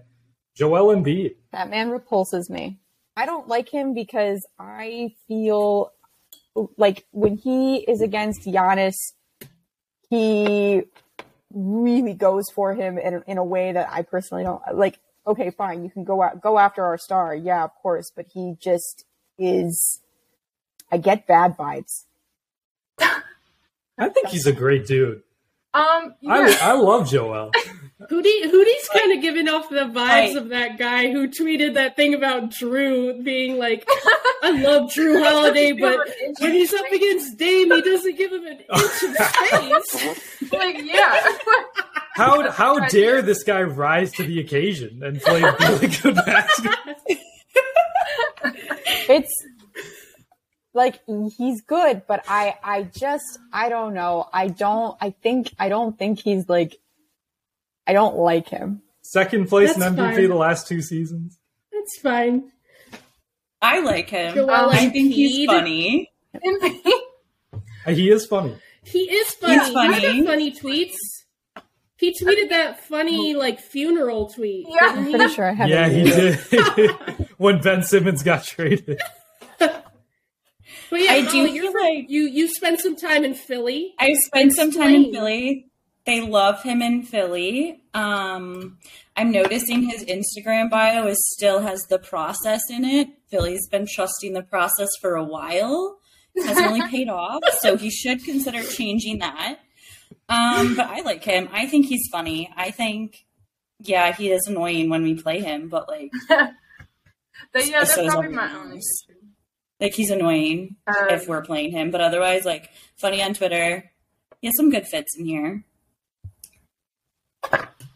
Joel Embiid.
That man repulses me. I don't like him because I feel like when he is against Giannis, he really goes for him in, in a way that I personally don't like. Okay, fine, you can go out, go after our star, yeah, of course, but he just is. I get bad vibes.
I think he's a great dude.
Um.
I,
Yeah.
I love Joel.
Hootie, Hootie's kind of giving off the vibes
Right.
of that guy who tweeted that thing about Drew being like, I love Drew Holiday, but when he's up against Dame, he doesn't give him an inch of space.
like yeah.
How how dare this guy rise to the occasion and play really good basketball?
it's like he's good but i i just i don't know i don't i think i don't think he's like i don't like him
Second place in
That's
MVP
fine.
the last two seasons.
That's fine.
Oh, I like him.
Joel
I think
Embiid.
he's funny.
Uh, He is funny.
He is funny.
He's funny.
He's got funny tweets. He tweeted that funny like funeral tweet.
Yeah.
didn't
i'm
he?
pretty sure i have
Yeah, he did. when Ben Simmons got traded.
But yeah,
I
Holly,
do
you're
feel
right.
like-
you you spent some time in Philly.
I spent some time in
Explain.
Philly. They love him in Philly. Um, I'm noticing his Instagram bio is still has the process in it. Philly's been trusting the process for a while. It Hasn't really paid off, so he should consider changing that. Um, but I like him. I think he's funny. I think, yeah, he is annoying when we play him, but like,
That- yeah, that's
So is
probably
all
my
the
only
others.
issue.
like he's annoying
Um,
if we're playing him. But otherwise, like, funny on Twitter. He has some good fits in here.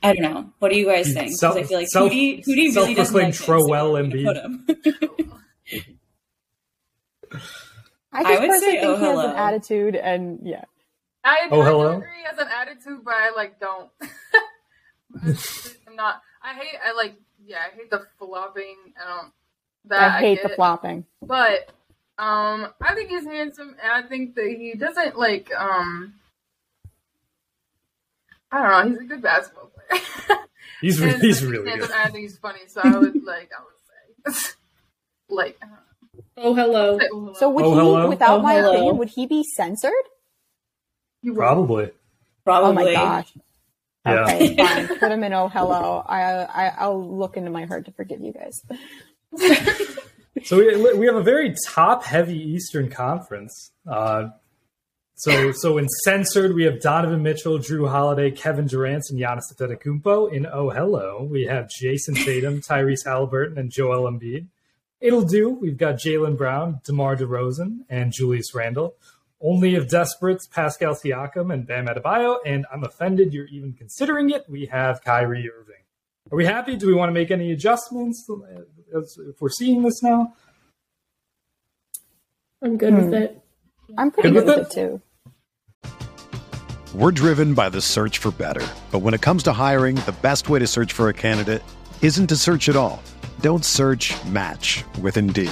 I don't know. What do you guys think? 'Cause I
Self-
feel like
Hmm. self-
Hootie, Hootie really doesn't
self-proclaimed
like him, so we're
Trowell
gonna
Embiid.
put him.
i
I
just
would
personally
say,
think
oh,
he has an
hello.
attitude and yeah
I,
Oh,
I
hello?
agree as an attitude, but I like don't. I'm not. I hate. I like. Yeah, I hate the flopping. I don't.
Uh,
That
i hate
get
the
it.
flopping
But um, I think he's handsome, and I think that he doesn't like um. I don't know. He's a good basketball player.
He's re-
And I think
he's really
handsome,
good.
and I think he's funny, so I would like. I would say, like. I
Oh hello.
don't know.
so would
Oh,
he
hello?
without
Oh,
my
hello.
opinion would he be censored
You would-
Probably.
Probably.
oh my gosh
Yeah.
okay fine put him in oh hello I, I i'll look into my heart to forgive you guys
So we, we have a very top-heavy Eastern Conference. Uh, so so in censored, we have Donovan Mitchell, Drew Holiday, Kevin Durant, and Giannis Antetokounmpo. In Oh Hello, we have Jason Tatum, Tyrese Halliburton, and Joel Embiid. It'll do. We've got Jalen Brown, DeMar DeRozan, and Julius Randle. Only if Desperates, Pascal Siakam, and Bam Adebayo. And I'm offended you're even considering it. We have Kyrie Irving. Are we happy? Do we want to make any adjustments uh, as- if we're seeing this now?
I'm good
Hmm.
with it.
I'm pretty
Good
good
with
with it too.
We're driven by the search for better. But when it comes to hiring, the best way to search for a candidate isn't to search at all. Don't search match with Indeed.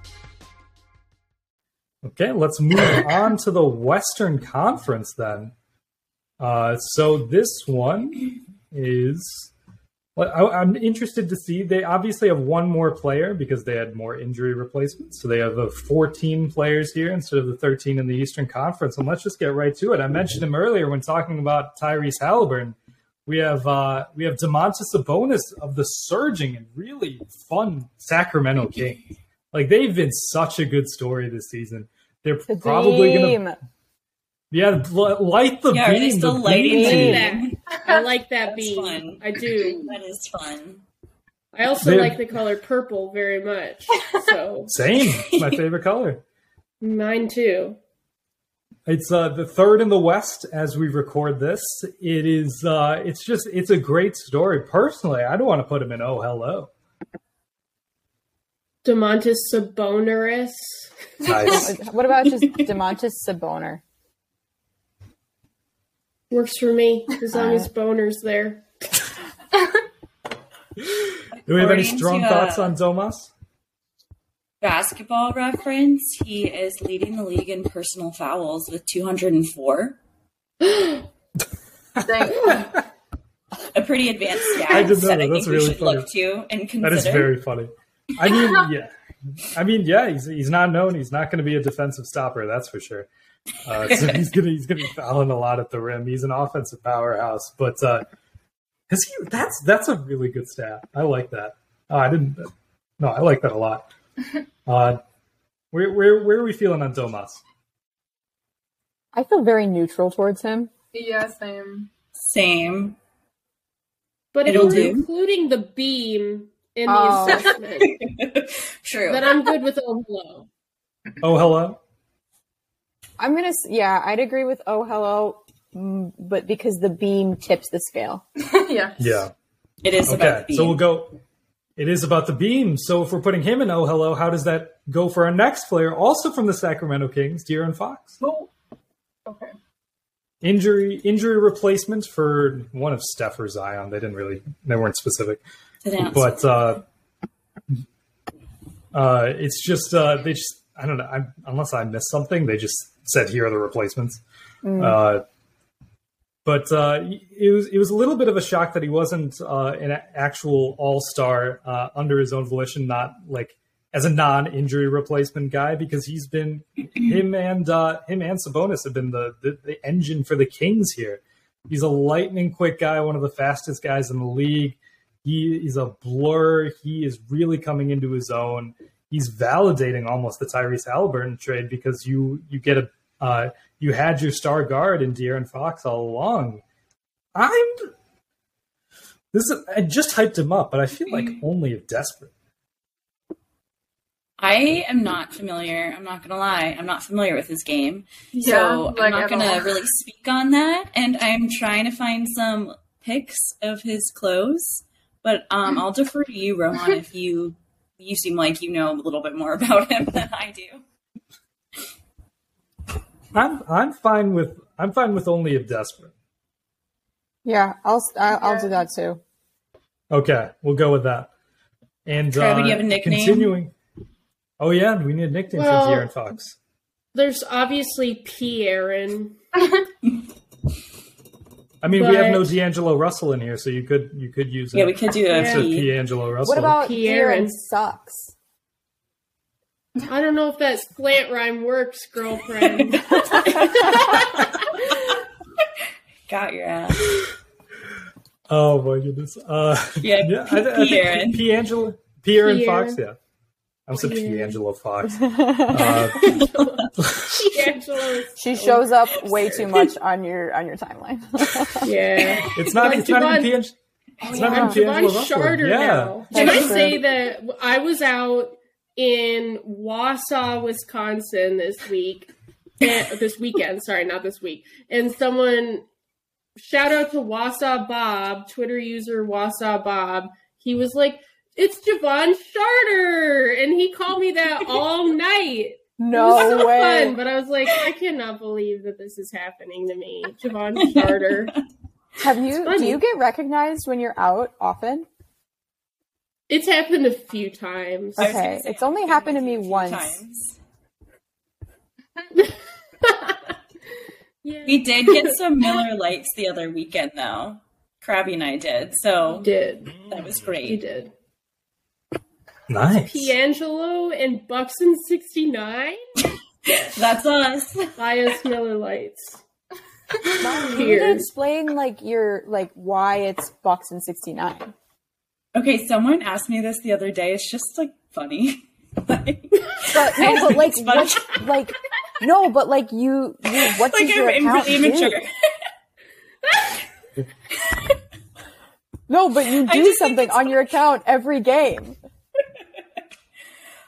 Okay, let's move on to the Western Conference then. Uh, so this one is. Well, I, I'm interested to see. They obviously have one more player because they had more injury replacements. So they have the 14 players here instead of the 13 in the Eastern Conference. And let's just get right to it. I mentioned him earlier when talking about Tyrese Halliburton. We have uh, we have Demontis Sabonis of the surging and really fun Sacramento Kings. Like they've been such a good story this season. They're
The
probably
dream.
going to yeah bl- light the
Yeah, are
beam.
they still
the
lighting
beam.
beam?
That- I like that
That's
beam.
fun.
I do.
That is fun.
I also
They're-
like the color purple very much. So
Same, It's my favorite color.
mine too.
It's uh, the third in the West as we record this. It is. Uh, it's just. It's a great story. Personally, I don't want to put him in. Oh, hello.
Demontis Sabonaris.
Nice.
What about just Demontis Saboner?
Works for me as long
Uh-huh.
as Boner's there.
Do we have any
According
strong
to, uh,
thoughts on Domas?
Basketball reference. He is leading the league in personal fouls with 204.
Thank
A pretty advanced stat.
I didn't know
that
that.
I
That's
think we
really
should
funny.
look to and consider.
That is very funny. I mean, yeah. I mean, yeah. He's he's not known. He's not going to be a defensive stopper. That's for sure. Uh, so he's gonna he's gonna be fouling a lot at the rim. He's an offensive powerhouse, but uh, has he? That's that's a really good stat. I like that. Uh, I didn't. No, I like that a lot. Uh, where where where are we feeling on Domas?
I feel very neutral towards him.
yeah, same.
Same.
But if
It'll
we're
do.
including the beam in the
Oh.
assessment,
True.
then I'm good with oh hello.
Oh, hello.
I'm gonna, s- yeah, I'd agree with oh hello, mm, but because the beam tips the scale.
yeah.
Yeah.
It is about
Okay.
the beam.
So we'll go. It is about the beam. So if we're putting him in Oh Hello, how does that go for our next player, also from the Sacramento Kings, De'Aaron Fox?
Oh, okay.
Injury injury replacements for one of Steph or Zion. They didn't really they weren't specific.
Announced.
But uh, uh, it's just uh, they just I don't know I, unless I missed something. They just said here are the replacements. Uh, but uh, it was it was a little bit of a shock that he wasn't uh, an a- actual All Star uh, under his own volition, not like as a non-injury replacement guy, because he's been him and uh, him and Sabonis have been the, the the engine for the Kings here. He's a lightning quick guy, one of the fastest guys in the league. He is a blur. He is really coming into his own. He's validating almost the Tyrese Halliburton trade because you you get a uh, you had your star guard in De'Aaron Fox all along. I'm this is I just hyped him up, but I feel like only if desperate.
I am not familiar. I'm not gonna lie. I'm not familiar with his game,
Yeah,
so
like,
I'm not
at
gonna
all.
really speak on that. And I'm trying to find some pics of his clothes, but um, I'll defer to you, Rohan, if you you seem like you know a little bit more about him than I do.
I'm I'm fine with I'm fine with only if desperate.
Yeah, I'll I'll, I'll do that too.
Okay, we'll go with that. And
Trevor,
uh,
do you have a nickname?
Continuing. Oh yeah, we need a nickname
Well-
for De'Aaron Fox.
There's obviously P. Aaron.
I mean, we have
But-
no D'Angelo Russell in here, so you could you could use
Yeah,
it.
we could do a
Yeah.
Instead of
P.
D'Angelo Russell.
What about
Pierre
De'Aaron
and-
sucks?
I don't know if that slant rhyme works, girlfriend.
Got your ass.
Oh my goodness. Uh,
Yeah,
I, th- I
Pierre.
think P. Angelo, Pierre and
Pierre.
Fox. Yeah, I'm saying P.
Pierre.
Angelo Fox. Uh,
Angela is-
She shows up way too much on your on your timeline.
yeah.
it's not.
Like
It's not
Javon-
even P. Ang-
Oh,
It's not even
I'm
P. Angelo
Javon
Russell.
Sharder
yeah.
now. Did
That's
I
true.
say that I was out in Wausau, Wisconsin this week? and- this weekend, sorry, not this week. And someone, shout out to Wausau Bob, Twitter user Wausau Bob. He was like, it's Javon Sharder. And he called me that all night. it was
no
so
way.
fun, but I was like, I cannot believe that this is happening to me. Javon Sharder.
Have you do
funny.
you get recognized when you're out often?
It's happened a few times.
I was gonna
Okay,
say,
it's only
I've
happened
been
to me
with you a few
once.
times.
Yeah,
We did get some Miller Lights the other weekend, though. Krabby and I did, so
you did.
that was
You
great.
did.
Nice.
D'Angelo and Buxton 69?
That's us.
Bias Miller Lights.
Mom, you need to
Weird.
explain like your like why it's Bucks and sixty nine.
Okay, someone asked me this the other day. It's just like funny. like
But no, but like
It's funny.
what, like no, but like you, you what does
like
your
I'm
account
really
do?
immature.
No, but you do
I just think
something
it's
on your account every game.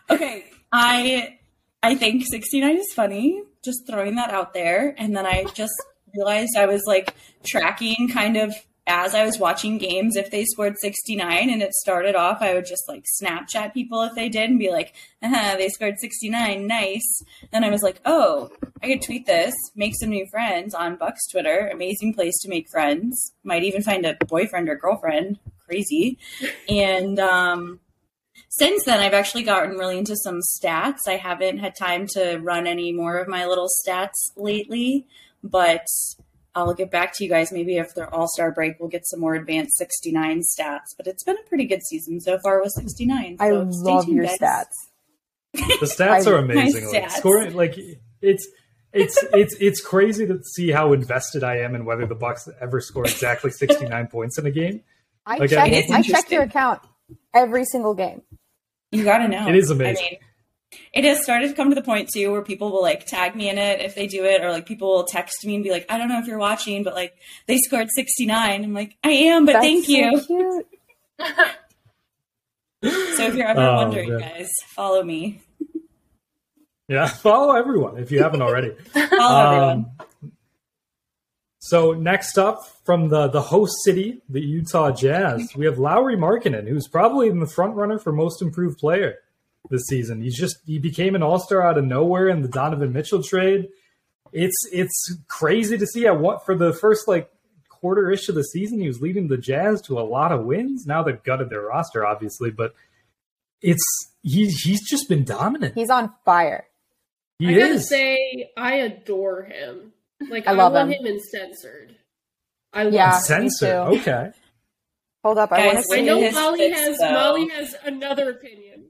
Okay, I I think 69 is funny. Just throwing that out there, and then I just realized I was like tracking kind of as I was watching games if they scored 69, and it started off I would just like Snapchat people if they did and be like, uh they scored 69, nice. Then I was like, oh, I could tweet this, make some new friends on Buck's Twitter. Amazing place to make friends. Might even find a boyfriend or girlfriend. Crazy, and um since then i've actually gotten really into some stats i haven't had time to run any more of my little stats lately but i'll get back to you guys maybe after their all-star break we'll get some more advanced 69 stats but it's been a pretty good season so far with 69
I
so stay
love
tuned,
your
guys.
stats.
the stats
I-
are amazing.
My
Like,
stats.
scoring, like it's it's it's it's crazy to see how invested I am in whether the Bucks ever score exactly 69 points in a game.
I
Like,
check
it
is
I check your
interesting.
account every single game.
you gotta know
It is amazing.
i mean it has started to come to the point too where people will like tag me in it if they do it or like people will text me and be like i don't know if you're watching but like they scored 69 i'm like i am but
That's
thank
so
you
cute.
So if you're ever
Oh,
wondering,
man.
guys, follow me. Oh,
Yeah, follow everyone if you haven't already.
Follow everyone.
Um, So next up from the, the host city, the Utah Jazz, we have Lowry Markinen, who's probably in the front runner for most improved player this season. He's just he became an all-star out of nowhere in the Donovan Mitchell trade. It's it's crazy to see. I want for the first like quarter ish of the season, he was leading the Jazz to a lot of wins. Now they've gutted their roster, obviously, but it's he he's just been dominant.
He's on fire.
He
I gotta
is.
say, I adore him. Like
I
I,
love
want
him.
him in censored. I love
Yeah.
yeah.
Censor.
me too.
Okay.
Hold up, I
Guys,
want to
I
I
see.
know
His
Molly
fits,
has
though.
Molly has another opinion.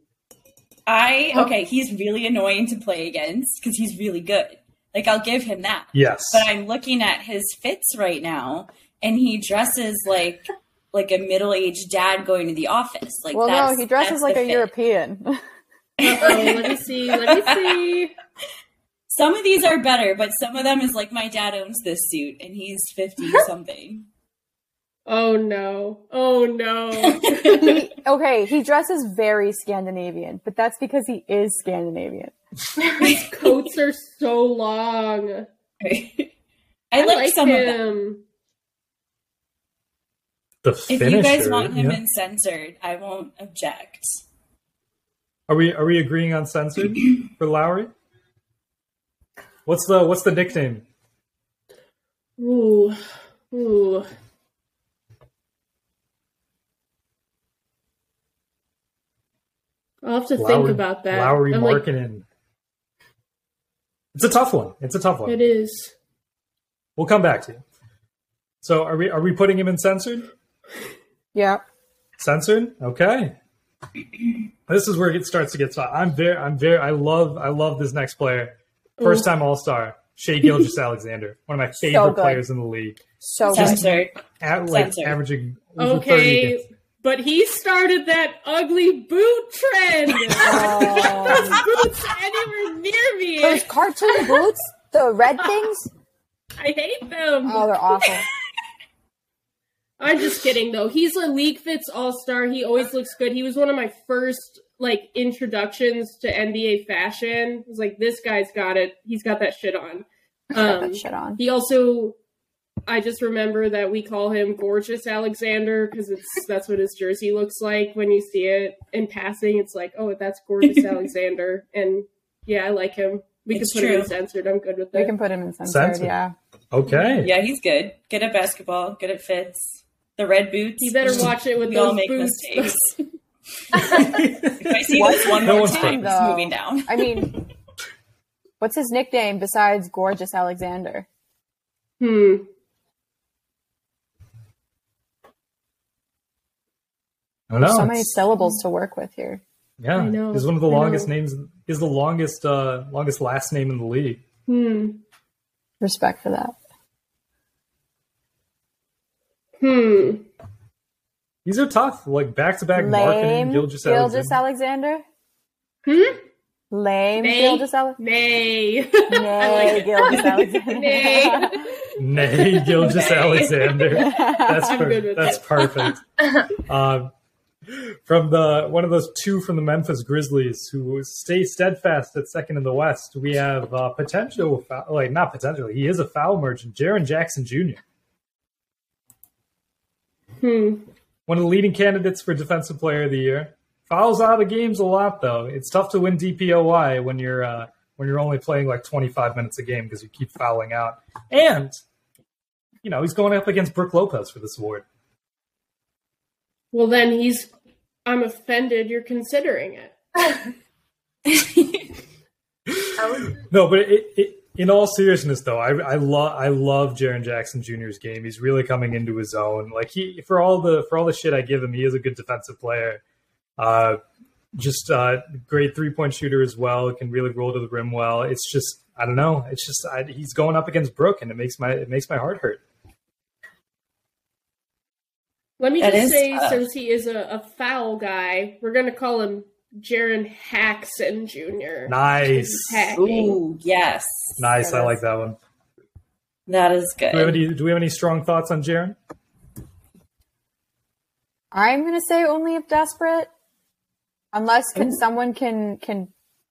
I
oh.
okay, he's really annoying to play against because he's really good. Like I'll give him that.
Yes.
But I'm looking at his fits right now, and he dresses like like a middle aged dad going to the office. Like
well,
that's,
no, he dresses
that's
like
the
a
fit.
European.
Uh-oh, let me see. Let me see.
Some of these are better, but some of them is like my dad owns this suit, and he's fifty something.
Oh no. Oh no.
he, okay, he dresses very Scandinavian, but that's because he is Scandinavian.
His coats are so long.
I, like, some of them.
him.
The
If
finisher.
you guys want him
yeah.
in censored, I won't object.
Are we are we agreeing on censored for Lowry? What's the what's the nickname?
Ooh. Ooh. I'll have to think
Lowry-
about that.
Lowry
I'm like,
Markkinen. it's a tough one. It's a tough one.
it is.
We'll come back to you. So are we are we putting him in censored?
Yeah.
Censored? Okay. This is where it starts to get tough. I'm very I'm very I love I love this next player. First time all star, Shea Gilgis Alexander, one of my favorite
good.
players in the league.
So
Censored.
At like
Censored.
averaging over 30
Okay.
against-
But he started that ugly boot trend.
Oh.
Boots anywhere near me.
those cartoon boots, the red things.
I hate them.
Oh, they're awful.
I'm just kidding though. He's a league fits all star. He always looks good. He was one of my first like introductions to NBA fashion. I was like, this guy's got it. He's got that shit on.
Got
Um,
that shit on.
He also, I just remember that we call him Gorgeous Alexander because it's that's what his jersey looks like when you see it in passing. It's like, oh, that's Gorgeous Alexander, and yeah, I like him. We
It's
can put him in
true.
censored. I'm good with
We
it.
can put him in censored.
Censored.
Yeah.
Okay.
Yeah, he's good. Good at basketball. Good at fits. The red boots.
you better watch it with
We
those
all make
boots.
mistakes. if I see this one
No
more
one's
time,
perfect.
it's moving down.
I mean, what's his nickname besides Gorgeous Alexander?
Hmm.
I don't know.
so many
It's-
syllables to work with here.
Yeah,
I know,
he's one of the
I
longest
know.
names. Is the longest uh, longest last name in the league.
Hmm.
Respect for that.
Hmm.
These are tough. Like back to back
Lame
marketing. Gilgis
Gilgis Alexander.
Alexander.
Hmm?
Lame
Nay.
Gilgis Alexander.
Nay.
Nay, Gilgis Alexander.
Nay.
Nay, Gilgis Alexander. That's
I'm
per-
good with
that's perfect. Um, from the one of those two from the Memphis Grizzlies who stay steadfast at second in the West, we have uh, potential foul, like not potentially. He is a foul merchant, Jaron Jackson Jr.
Hmm.
one of the leading candidates for defensive player of the year. Fouls out of games a lot though. It's tough to win DPOY when you're uh, when you're only playing like 25 minutes a game because you keep fouling out. And you know he's going up against Brooke Lopez for this award.
Well, then he's. I'm offended you're considering it.
No, but it, it, in all seriousness though, I I love I love Jaron Jackson Jr.'s game. He's really coming into his own. Like he for all the for all the shit I give him, he is a good defensive player. Uh, just uh, great three point shooter as well. Can really roll to the rim well. It's just I don't know. It's just I, he's going up against Brooke, and it makes my it makes my heart hurt.
Let me
That
just
is
say,
tough.
since he is a, a foul guy, we're going to call him Jaron Haxon Jr.
Nice,
He's hacking.
Ooh, yes.
nice. I like that one.
That is good.
Do we have any, do we have any strong thoughts on Jaron?
Hmm.
I'm gonna say only if desperate, unless can, someone can can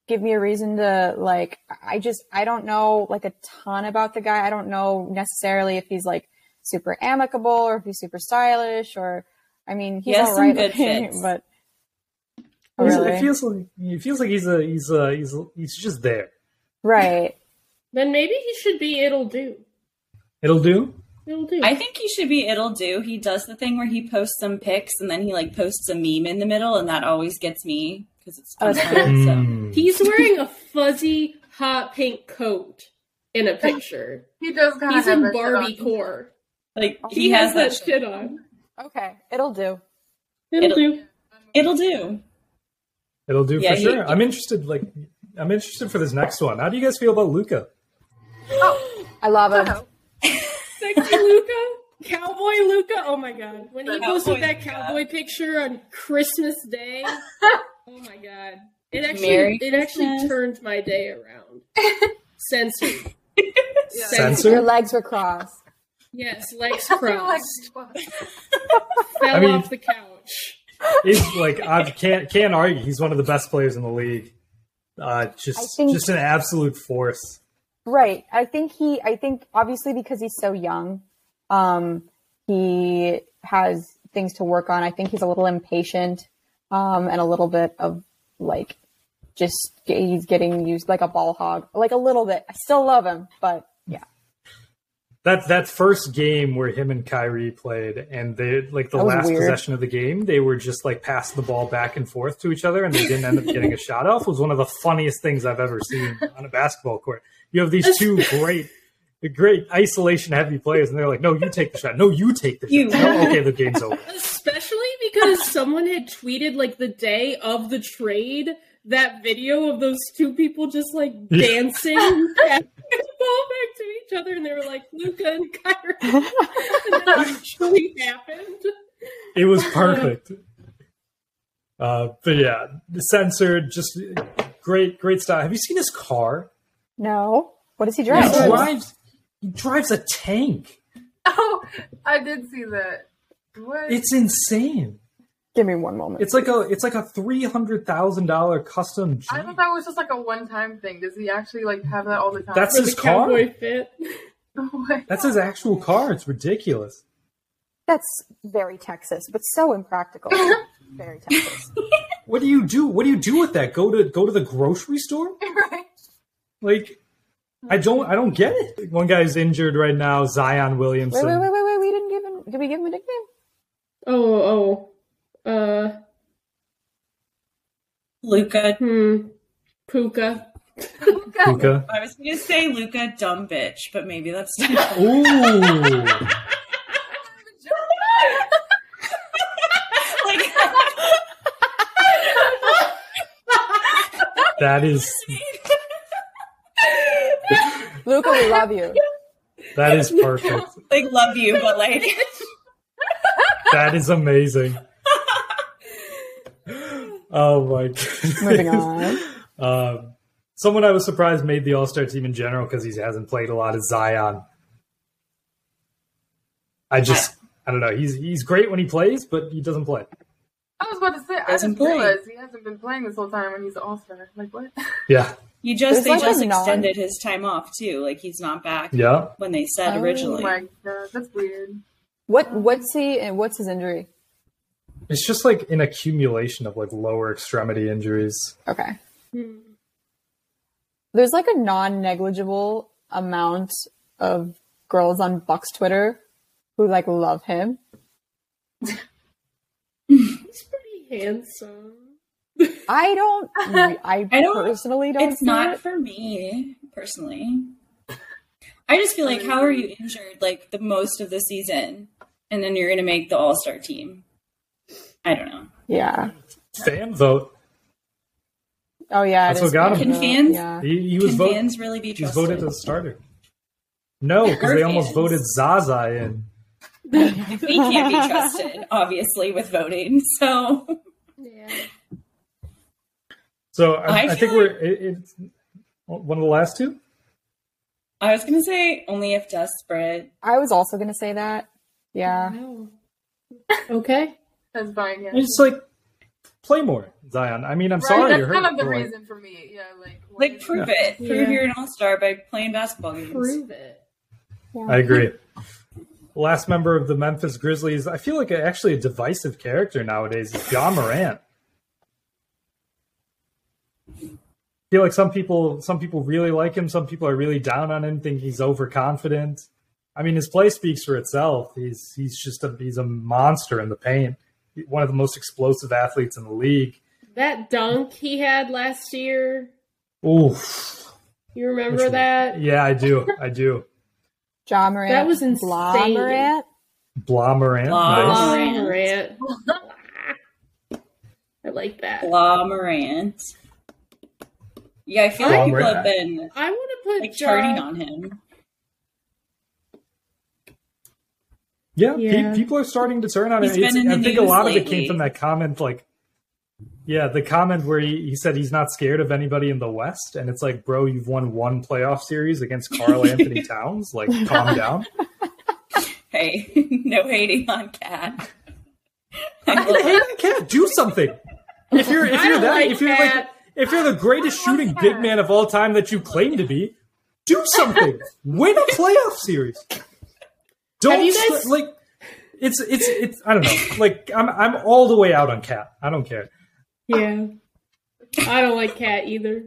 give me a reason to like I just I don't know like a ton about the guy. I don't know necessarily if he's like super amicable or if he's super stylish or I mean
He
he's
has
all
some
right
good
looking,
fits.
but Oh,
He's-
really?
It feels like it feels like he's a he's a he's he's just there.
right.
Then maybe he should be it'll do.
It'll do.
It'll do.
I think he should be it'll do. He does the thing where he posts some pics and then he like posts a meme in the middle and that always gets me because it's
Oh,
fun.
that's
Mm.
He's wearing a fuzzy hot pink coat in a picture.
He does kind
He's
of
in Barbie core.
Like he, has, that shit.
shit on.
Okay, it'll do.
It'll,
It'll-
do.
It'll do.
It'll do
Yeah,
for
he-
sure. I'm interested. Like I'm interested for this next one. How do you guys feel about Luca?
I love
Uh-huh.
him.
Sexy Luca. Cowboy Luca. Oh my god. When he
Cowboy
posted that
Luca.
cowboy picture on Christmas Day. Oh my god. It actually
Merry
it actually
Christmas.
turned my day around. Censored.
Your
Censored.
legs were crossed.
Yes, legs crossed. Fell
I mean-
off the couch.
He's like I can't can't argue. He's one of the best players in the league. Uh,
I
just
think-
just an absolute force.
Right. I think he, I think obviously because he's so young, um, he has things to work on. I think he's a little impatient, um, and a little bit of like, just he's getting used like a ball hog, like a little bit. I still love him, but yeah,
That that first game where him and Kyrie played, and they like the
That was
last
weird.
possession of the game, they were just like passing the ball back and forth to each other, and they didn't end up getting a shot off. Was one of the funniest things I've ever seen on a basketball court. You have these two great, great isolation heavy players, and they're like, "No, you take the shot. No, you take the
You.
shot. No, okay, the game's over."
Especially because someone had tweeted like the day of the trade that video of those two people just like
Yeah.
dancing and passing the ball back to each other, and they were like Luca and Kyrie, and that actually happened.
It was perfect. Uh, but yeah, censored, just great, great style. Have you seen his car?
no. What does he
He
drive?
drives, he drives a tank.
Oh, I did see that. What?
It's insane.
Give me one moment.
It's like a it's like a three hundred thousand dollar custom Jeep.
I thought that was just like a one-time thing. Does he actually like have that all the time?
That's
For
his
the
car.
cowboy fit.
That's his actual car. It's ridiculous.
That's very Texas, but so impractical. very Texas.
What do you do? What do you do with that? Go to go to the grocery store?
right.
Like, I don't I don't get it. One guy's injured right now, Zion
Wait,
Williamson.
wait, wait, wait, wait. We didn't give him. Did we give him a nickname?
Oh, oh, uh,
Luca.
hmm, Puka.
Luka.
I was gonna say Luca dumb bitch, but maybe that's not
Ooh.
like
that is
Luca, we love you.
that is perfect.
like love you, but like
That is amazing. Oh my goodness.
Moving on.
Um, someone I was surprised made the All Star team in general because he hasn't played a lot is Zion. I just, I don't know. He's he's great when he plays, but he doesn't play.
I was about to say. I
Doesn't
just
play.
realized he hasn't been playing this whole time, and he's an all-star. Like what?
Yeah,
you
There's
just they
like a
just
non-
extended his time off too. Like he's not back
yeah.
when they said
Oh.
Oh
originally.
my god, that's weird.
What? What's he? And what's his injury?
It's just like an accumulation of like lower extremity injuries.
Okay.
Hmm.
There's like a non-negligible amount of girls on Buck's Twitter who like love him.
He's pretty handsome.
I don't. I,
I don't-
personally don't.
It's
see
not
it.
for me personally. I just feel like how are you injured like the most of the season, and then you're gonna make the All Star team? I don't know.
Yeah.
Fan vote.
Oh yeah. it
That's what
is
got him.
kind
Can
of-
fans-
Yeah.
He, he was
Can
voted.
fans really be
He's
trusted?
voted as a starter. No, because they almost
fans.
voted Zaza in.
we can't be trusted, obviously, with voting. So
Yeah.
So
Oh,
I,
I
I,
feel
think
like-
we're it, it's one of the last two.
I was gonna say only if desperate.
I was also gonna say that. Yeah.
Wow. Okay.
That's fine. Yeah.
It's like play more, Zion. I mean, I'm
Right,
sorry.
that's
you're hurt,
kind of the
but, like,
reason for me. Yeah, like why
Like
is-
prove
Yeah.
it.
Yeah.
Prove you're an all star by playing basketball games.
Prove it.
I agree. Last member of the Memphis Grizzlies, I feel like actually a divisive character nowadays is John Morant. I feel like some people some people really like him, some people are really down on him, think he's overconfident. I mean, his play speaks for itself. He's he's just a he's a monster in the paint. One of the most explosive athletes in the league.
That dunk he had last year.
Oof.
You
Which
remember
one?
that?
Yeah, I do. I do.
John Morant.
That was insane.
Blah Morant.
Blah Morant.
Blah.
Nice.
Blah,
Morant.
Morant. I like that.
Blah Morant. Yeah, I feel
Blah
like people
Morant.
have been
I want to put
like
Ja-
turning on him.
Yeah,
Yeah.
Pe- people are starting to turn on him.
He's been
It's-
in the
I think a
news
lot of it came
lately.
from that comment, like, yeah, the comment where he, he said he's not scared of anybody in the West, and it's like, bro, you've won one playoff series against Carl Anthony Towns. Like, calm down.
Hey, no hating on Cat.
Hey, Cat, do something. If you're if
I
you're
don't
that
like
if you're like
Cat.
if you're the greatest shooting big man of all time that you claim to be, do something. Win a playoff series. Don't
Have you
st-
guys-
like it's it's it's I don't know. Like I'm I'm all the way out on Cat. I don't care.
Yeah. I don't like cat either.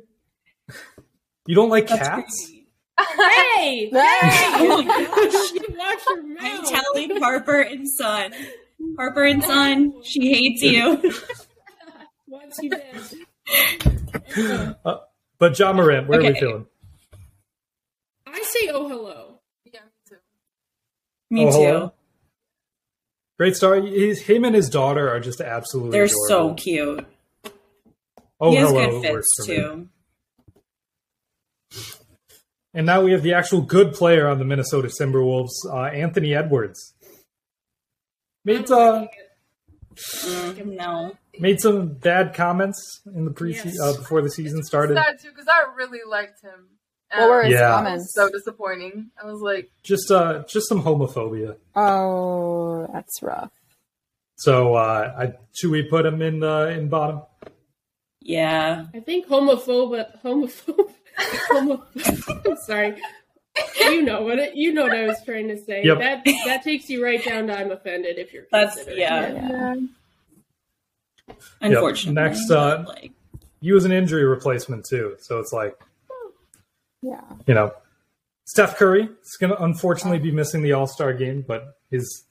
You don't like
That's
cats?
crazy.
Hey!
Oh my gosh.
You watch your mouth.
I'm telling Harper and Son. Harper and Son, she hates you.
Once you did.
But John Morant, where are we
Okay.
feeling?
I say oh hello.
Yeah, me too.
Me
Oh,
too.
hello? Great star. He's, him and his daughter are just absolutely.
They're
adorable.
so cute.
Oh,
he has
hello.
good
works
fits
for me.
too.
And now we have the actual good player on the Minnesota Timberwolves, uh, Anthony Edwards. Made uh,
Mm, no.
made some bad comments in the pre
Yes.
uh, before the season started.
Sad too, because I really liked him.
What were his
Yeah.
comments?
so disappointing. I was like,
Just uh, just some homophobia.
oh, that's rough.
So uh, I, should we put him in uh, in bottom?
Yeah.
I think homophobe homophobe homo I'm sorry. You know what it, you know what I was trying to say.
Yep.
That that takes you right down to I'm offended if you're
That's-
considering
yeah.
it.
Unfortunately.
Next, uh,
but, like,
He was an injury replacement too, so it's like
Yeah.
you know, Steph Curry is going to unfortunately be missing the All Star game, but his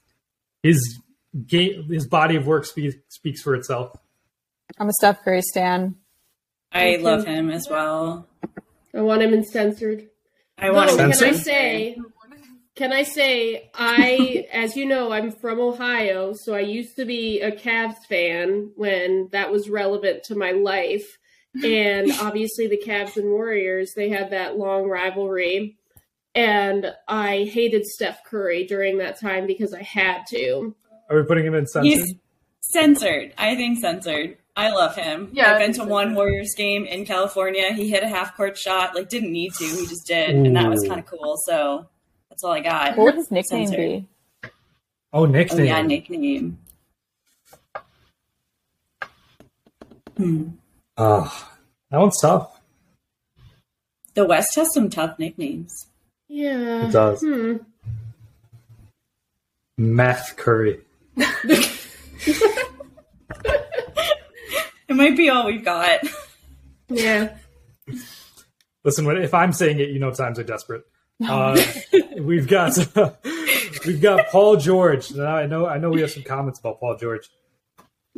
his game, his body of work speaks speaks for itself.
I'm a Steph Curry stan.
I love him as well.
I want him in censored.
I want
Though,
him
can I
Censored?
say Can I say I, as you know, I'm from Ohio, so I used to be a Cavs fan when that was relevant to my life, and obviously the Cavs and Warriors they had that long rivalry, and I hated Steph Curry during that time because I had to.
Are we putting him in censored?
He's censored. I think censored. I love him.
Yeah,
I've been to
censored.
one Warriors game in California. He hit a half court shot. Like didn't need to. He just did, and that was
Ooh.
kind of cool. So that's all I got.
What would his nickname
Censored.
be?
oh,
Oh
nickname.
yeah, nickname. Hmm.
Ah, that one's tough.
The West has some tough nicknames.
Yeah,
It does.
Hmm.
Mm-hmm.
Math Curry.
It might be all we've got.
Yeah,
Listen, when- if I'm saying it, you know times are desperate. Uh, we've got we've got Paul George. Now I know I know we have some comments about Paul George.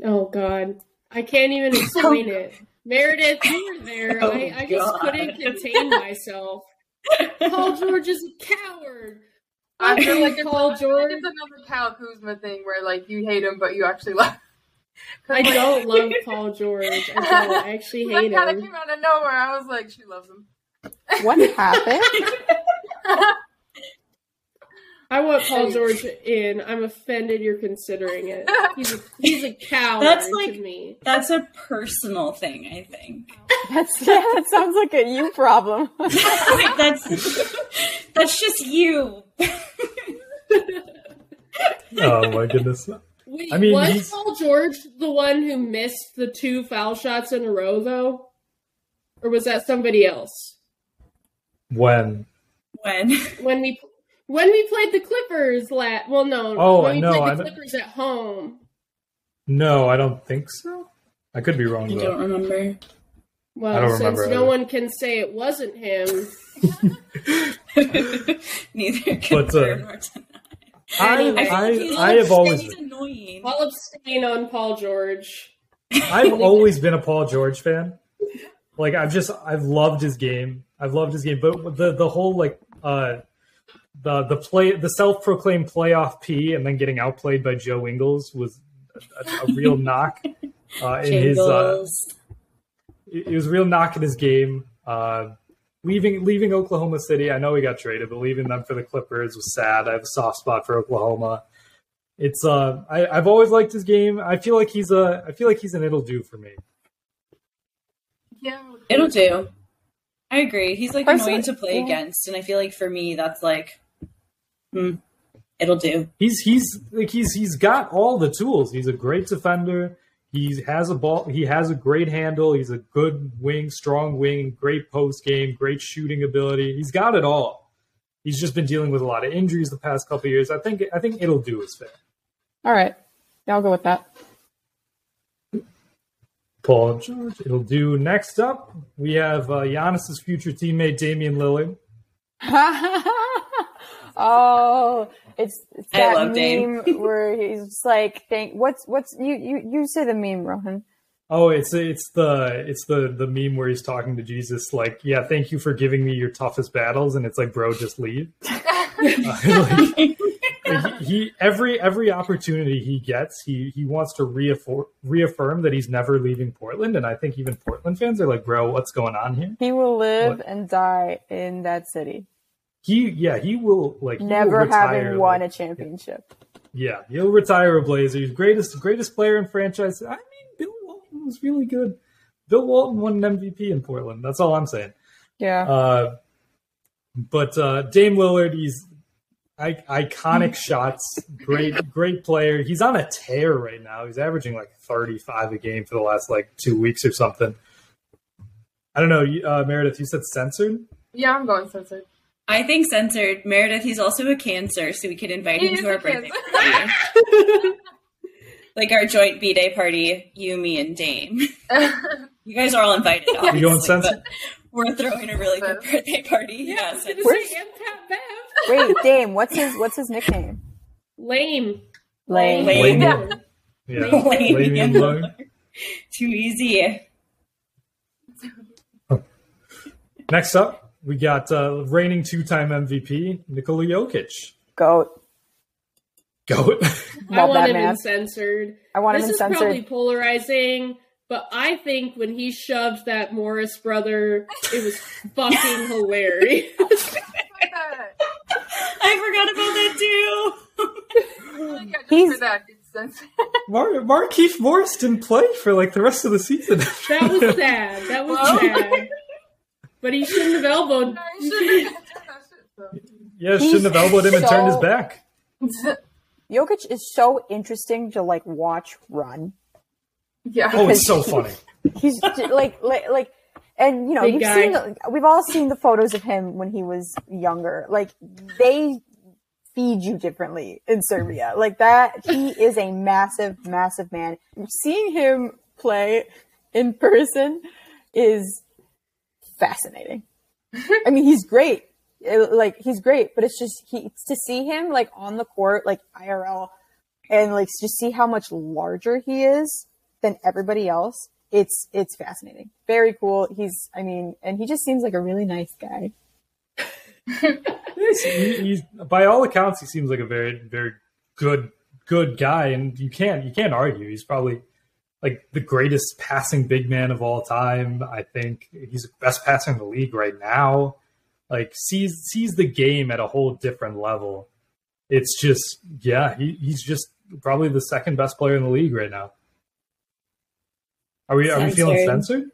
Oh God, I can't even explain it. Meredith, you were there.
Oh,
I, I just
God.
couldn't contain myself. Paul George is a coward.
I feel like it's,
Paul
I feel like
George.
it's another Kyle Kuzma thing where like you hate him but you actually love. him.
I don't love Paul George. I don't. I actually
That
hate
kind of
him.
came out of nowhere. I was like, she loves him.
What happened?
I want Paul George in. I'm offended you're considering it. He's a, he's a coward
That's like-
to me.
That's a personal thing, I think.
That's yeah, that sounds like a you problem.
Like, that's that's just you.
Oh my goodness.
We
I mean,
was
he's-
Paul George the one who missed the two foul shots in a row, though, or was that somebody else?
when
When
When we when we played the Clippers, lat well, no,
Oh,
when
I
we
know,
played
I
the
know.
Clippers at home
no, I don't think so. I could be
I
wrong
don't
though.
remember.
Well,
I don't
since
remember
no
either.
one can say it wasn't him,
Neither can
But,
but,
uh,
I,
I,
feel like
I,
he's-
I have always
he's annoying.
I'll abstain on Paul George.
I've always been a Paul George fan. Like I've just I've loved his game. I've loved his game, but the the whole like uh the the play the self proclaimed playoff P and then getting outplayed by Joe Ingles was a, a real knock uh, in his uh,
Jingles.
it it was a real knock in his game. Uh, leaving leaving Oklahoma City, I know he got traded, but leaving them for the Clippers was sad. I have a soft spot for Oklahoma. It's uh, I, I've always liked his game. I feel like he's a I feel like he's an it'll do for me.
Yeah.
It'll do. I agree. He's like
Personally-
annoying to play
yeah.
against, and I feel like for me that's like, hmm, it'll do.
He's he's like he's he's got all the tools. He's a great defender. He has a ball. He has a great handle. He's a good wing, strong wing, great post game, great shooting ability. He's got it all. He's just been dealing with a lot of injuries the past couple of years. I think I think it'll do is fair.
All right. Yeah, I'll go with that.
Paul George. It'll do. Next up, we have uh, Giannis's future teammate Damian Lillard.
oh, it's, it's
I
that
love
meme
Dame.
where he's just like, "Thank what's what's you you you say the meme, Rohan."
Oh, it's it's the it's the the meme where he's talking to Jesus, like, "Yeah, thank you for giving me your toughest battles," and it's like, "Bro, just leave." Uh, like- like, he, he every every opportunity he gets, he he wants to reaffirm reaffirm that he's never leaving Portland, and I think even Portland fans are like, "Bro, what's going on here?"
He will live
What?
and die in that city,
He yeah, he will like he will
never
retire,
having won
like-
a championship.
Yeah, he'll retire a Blazer. He's greatest greatest player in franchise. I mean, Bill Walton was really good. Bill Walton won an MVP in Portland. That's all I'm saying.
Yeah,
Uh, but uh, Dame Lillard, he's I- iconic shots. Great great player. He's on a tear right now. He's averaging like 35 a game for the last like two weeks or something. I don't know, you- uh, Meredith. You said censored.
Yeah, I'm going censored.
I think censored Meredith. He's also a cancer, so we could invite
He
him
is
to our
a
birthday
Cancer.
party, like our joint b day party. You, me, and Dame. You guys are all invited.
You going
obviously, but
censored?
We're throwing a really good birthday party.
I
Yeah,
was gonna
censored.
say MCAT Bev.
wait, Dame, what's his what's his nickname?
Lame.
Lane.
Lame.
Lame. Yeah,
Lame.
Lame Lillard.
too easy.
Next up, we got uh, reigning two-time MVP Nikola Jokic.
Goat.
Go.
I
Love
want
that
him
man.
in censored.
I want
this
him in
is
censored.
probably polarizing, but I think when he shoved that Morris brother, it was fucking hilarious.
I forgot about that too.
He's for that. It's censored.
Mar- Markeith Morris didn't play for like the rest of the season.
That was sad. That was
Well.
sad. But he shouldn't have elbowed.
I shouldn't have done that shit, though.
yeah,
He's
shouldn't have elbowed him and
so-
turned his back.
Jokic is so interesting to like watch run.
Yeah.
Oh, it's so funny.
He's j- like, like, like, and you know,
Big
you've
guy.
seen, the, we've all seen the photos of him when he was younger. Like, they feed you differently in Serbia. Like that, he is a massive, massive man.
Seeing him play in person
Is fascinating. I mean, he's great. It- like, he's great, but it's just he it's to see him like on the court, like IRL, and like just see how much larger he is than everybody else. It's it's fascinating. Very cool. He's, I mean, and he just seems like a really nice guy.
Yes, he- he's- by all accounts, he seems like a very, very good, good guy, and you can't, you can't argue. He's probably like the greatest passing big man of all time. I think he's the best passer in the league right now. Like sees sees the game at a whole different level. It's just, yeah, he, he's just probably the second best player in the league right now. Are we are we feeling
Censored.
censored?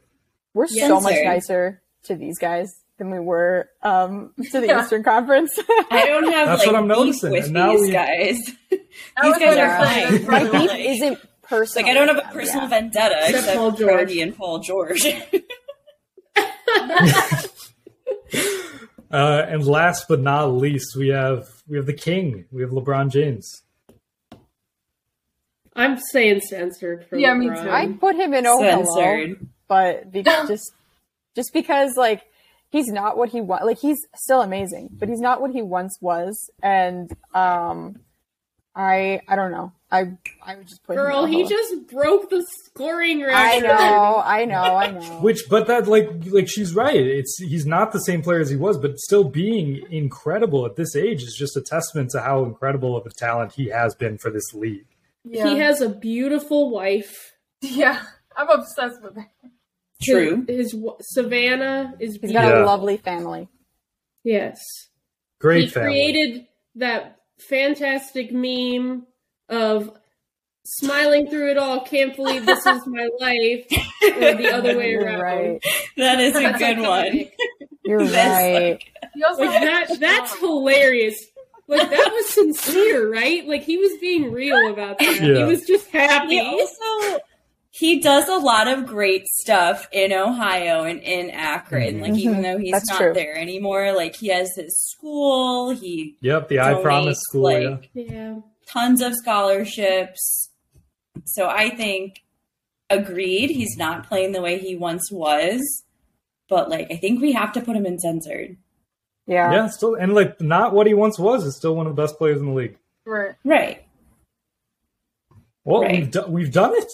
We're so much
Censored.
nicer to these guys. than we were um, to the
Yeah.
Eastern Conference.
I don't have
That's
like
what I'm
beef
noticing,
with
and now
these
we-
guys.
That
these
was
guys
what
are
I was
fine.
like,
My beef
Like,
isn't personal.
Like I don't have
Yeah.
a personal vendetta
Except
except
Paul
Paul
George.
and Paul George.
Uh, and last but not least, we have we have the king. We have LeBron James.
I'm saying censored for
Yeah, me
LeBron.
too.
I put him in oh hello,
Censored.
but be- just just because like he's not what he was. Like he's still amazing, but he's not what he once was. And um, I I don't know. I I would just put him in
Girl,
oh
he
hello.
just broke the scoring
I
record.
know, I know, I know.
Which, but that like like she's right. It's he's not the same player as he was, but still being incredible at this age is just a testament to how incredible of a talent he has been for this league.
yeah.
He has a beautiful wife.
yeah, I'm obsessed with it.
True.
His, his w- Savannah is
He's
beautiful.
got
Yeah.
a lovely family.
Yes.
Great
he
family.
created that fantastic meme of smiling through it all, can't believe this is my life, or the other way
You're
around.
right.
That is a
That's
good one.
iconic.
You're
That's
right.
He also
Like that that's hilarious. Like that was sincere, right? Like he was being real about that. He
Yeah.
was just happy.
He also he does a lot of great stuff in Ohio and in
Mm-hmm.
Akron. Like even though he's
That's
not
true.
there anymore, like he has his school. He
Yep, the I
donates,
Promise School.
like,
yeah.
Yeah.
tons of scholarships. So I think agreed. He's not playing the way he once was, but like I think we have to put him in censored.
Yeah.
yeah, still and like not what he once was is still one of the best players in the league.
right.
Right.
Well,
Right.
we've, do- we've done it.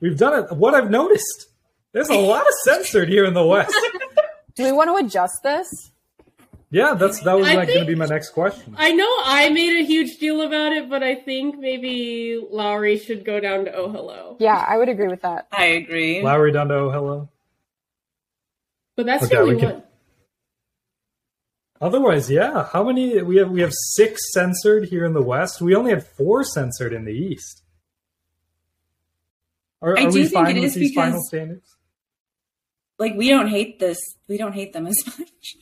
We've done it. What I've noticed, there's a lot of censored here in the West.
Do we want to adjust this?
Yeah, that's that was
I
like, going to
think-
be my next question.
I know I made a huge deal about it, but I think maybe Lowry should go down to Oh Hello.
Yeah, I would agree with that.
I agree.
Lowry down to oh hello.
But that's
Okay,
the only
we can-
one.
Otherwise, yeah. How many we have? We have six censored here in the West. We only had four censored in the East. Are,
I
are
do
we
think
fine
it
with
is
these final
because-
standards?
Like we don't hate this. We don't hate them as much.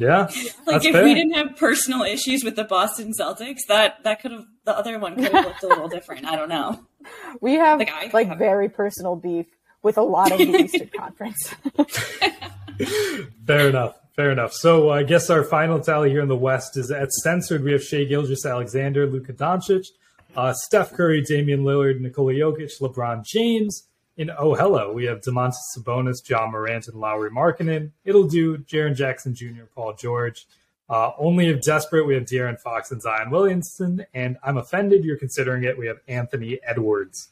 Yeah,
Like
that's
if
fair.
we didn't have personal issues with the Boston Celtics, that that could have the other one could have looked a little different. I don't know.
We have
Like, I-
like very personal beef with a lot of the Eastern Conference.
Fair enough. Fair enough. So uh, I guess our final tally here in the West is at censored. We have Shea Gilgis Alexander, Luka Doncic, uh, Steph Curry, Damian Lillard, Nikola Jokic, LeBron James. In Oh Hello, we have DeMontis Sabonis, John Morant, and Lowry Markinen. It'll do. Jaron Jackson Jr., Paul George. Uh, only if desperate, we have De'Aaron Fox and Zion Williamson. And I'm offended you're considering it. We have Anthony Edwards.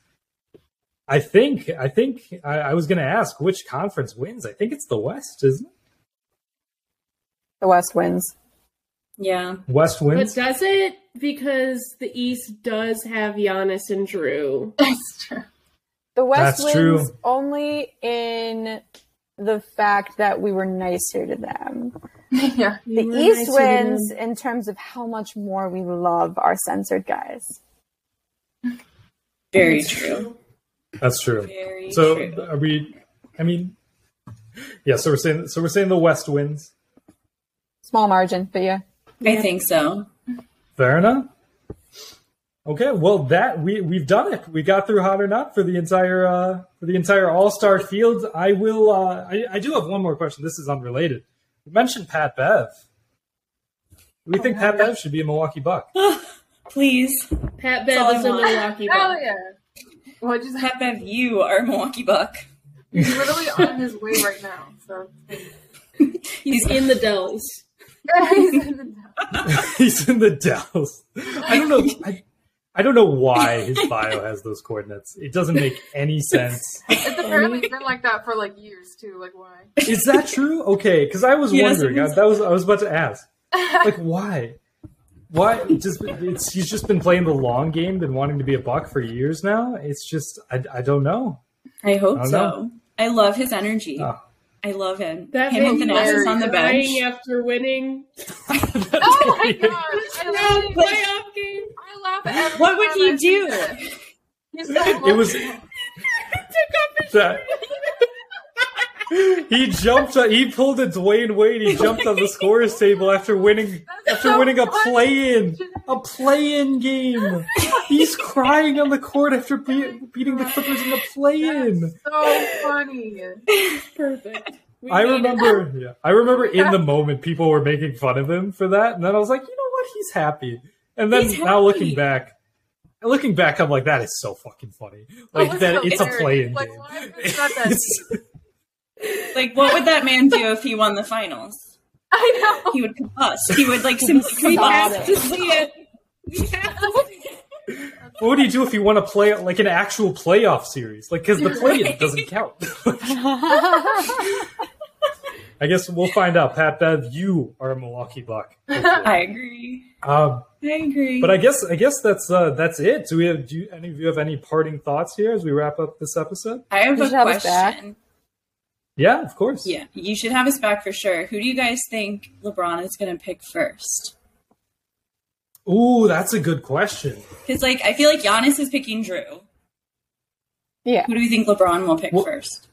I think I think I, I was going to ask which conference wins. I think it's the West, isn't it?
the West wins.
Yeah.
West
But
wins.
does it? Because the East does have Giannis and Drew.
That's true.
The West
That's
wins
true.
only in the fact that we were nicer to them.
yeah.
The
You were
East
nicer to
wins
them.
in terms of how much more we love our censored guys.
Very true.
That's true.
Very
So
true.
are we? I mean, yeah. So we're saying. So we're saying the West wins.
Small margin, but yeah.
I think so.
Fair enough. Okay. Well, that we we've done it. We got through hot or not for the entire uh, for the entire All Star field. I will. Uh, I I do have one more question. This is unrelated. You mentioned Pat Bev. Do
Oh,
we think Pat Bev should be a Milwaukee Buck?
Please,
Pat
all I
Bev is a
want.
Milwaukee
Hell
Buck.
yeah. What'd you say?
Pat Bev, you are a Milwaukee Buck.
He's literally on his way right now. So
He's in the Dells.
He's in the-
He's in the Dells. I don't know. I, I don't know why his bio has those coordinates. It doesn't make any sense.
it's apparently been like that for like years too. Like why?
Is that true? Okay, because I was
Yes,
wondering.
it
I,
is.
that was I was about to ask. Like, why? Why? it Just it's he's just been playing the long game, been wanting to be a buck for years now. It's just I, I don't know.
I hope
I don't
so.
know.
I love his energy.
Oh.
I love him.
That
him with
made
an
me
asses on the bench.
crying after winning
Oh my god! I love
the
it.
playoff game.
I laugh at every
What would
time
he
I see
do?
that. He's so
It was
lovable.
that. He jumped. Up, he pulled a Dwayne Wade. He jumped on the scorers table after winning after
so
winning a
funny.
play-in, a play-in game. He's crying on the court after be- beating the Clippers in the play-in.
So funny.
Perfect. We
I
made it.
remember. Yeah, I remember in the moment people were making fun of him for that, and then I was like, you know what? He's happy. And then
He's
now looking
happy.
back, looking back, I'm like, that is so fucking funny. Like
That was
that,
so
it's a
weird.
play-in
Like,
game.
why is it not that
It's-
Like, what would that man do if he won the finals?
I know.
He would combust. He would like simply combust.
To see it.
We have to see it.
What would he do if he won a play like an actual playoff series? Like because the play in doesn't count. I guess we'll find out. Pat Bev, you are a Milwaukee Buck.
I agree.
Um,
I agree.
but I guess I guess that's uh, that's it. Do we have do you, any of you have any parting thoughts here as we wrap up this episode?
I have
You
a
should have us back.
question.
Yeah, of course.
Yeah, you should have us back for sure. Who do you guys think LeBron is going to pick first?
Ooh, that's a good question.
Because like I feel like Giannis is picking Drew.
Yeah.
Who do you think LeBron will pick
Well-
first?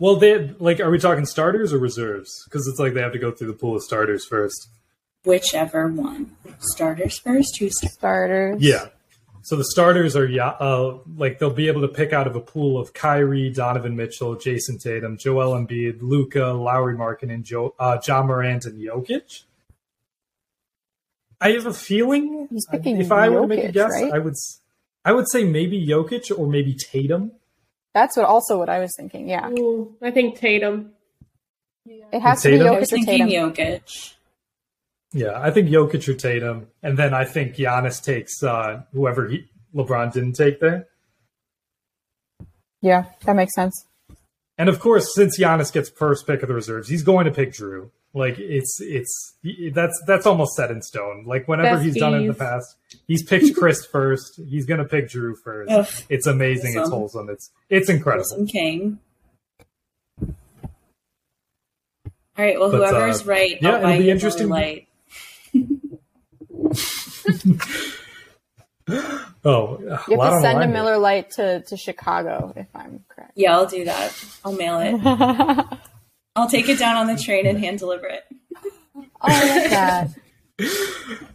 Well, they like are we talking starters or reserves? Because it's like they have to go through the pool of starters first.
Whichever one. Starters first. Who's
Starters.
Yeah. So the starters are yeah, uh, like they'll be able to pick out of a pool of Kyrie, Donovan Mitchell, Jason Tatum, Joel Embiid, Luca, Lowry Markin, jo- uh, John Morant, and Jokic. I have a feeling
He's picking
if I were to make a
Jokic,
guess,
right?
I would s- I would say maybe Jokic or maybe Tatum.
That's what also what I was thinking. Yeah.
Ooh, I think Tatum.
It has to be
Tatum?
I was
Jokic or
thinking
Tatum.
Jokic.
Yeah, I think Jokic or Tatum, and then I think Giannis takes uh, whoever he, LeBron didn't take there.
Yeah, that makes sense.
And of course, since Giannis gets first pick of the reserves, he's going to pick Drew. Like it's it's he- that's that's almost set in stone. Like whenever he's done it in the
Besties.
past, he's picked Chris first. He's going to pick Drew first.
Ugh.
It's amazing. It's
Awesome.
wholesome. It's it's incredible.
Wilson King. All right. Well,
But, uh,
whoever's right,
yeah,
I'll
it'll
buy
be
you a
interesting-
Miller Lite.
Oh,
You
well, I
have to
don't know
send
why I
a
did.
Miller Lite to, to Chicago, if I'm correct.
Yeah, I'll do that. I'll mail it.
oh,
I'll take it down on the train and hand deliver it.
I like that.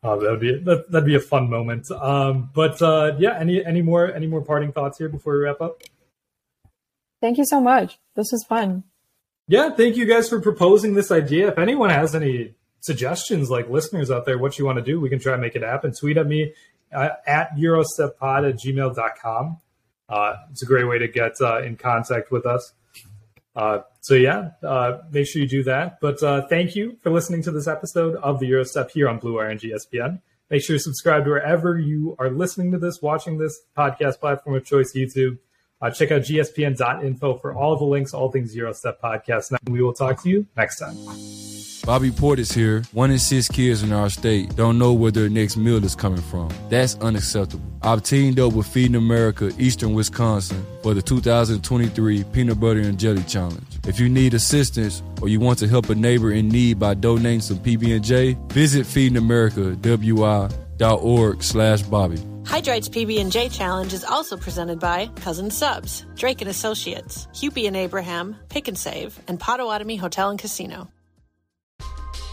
Oh, that would be that, that'd be a fun moment. Um, but uh, yeah, any any more any more parting thoughts here before we wrap up?
Thank you so much. This was fun.
Yeah, thank you guys for proposing this idea. If anyone has any suggestions, like listeners out there, what you want to do, we can try and make it happen. Tweet at me uh, at eurosteppod at gmail.com. Uh, it's a great way to get uh, in contact with us. Uh, so, yeah, uh, make sure you do that. But uh, thank you for listening to this episode of the Eurostep here on Blue RNG SPN. Make sure you subscribe to wherever you are listening to this, watching this podcast platform of choice, YouTube. Uh, check out gspn.info for all the links, all things Zero Step Podcast. And we will talk to you next time.
Bobby Portis here. One in six kids in our state don't know where their next meal is coming from. That's unacceptable. I've teamed up with Feeding America Eastern Wisconsin for the 2023 Peanut Butter and Jelly Challenge. If you need assistance or you want to help a neighbor in need by donating some PB&J, visit feedingamericawi.org slash Bobby.
Hydrates PB&J Challenge is also presented by Cousin Subs, Drake & Associates, Hupie and Abraham, Pick and Save, and Potawatomi Hotel and Casino.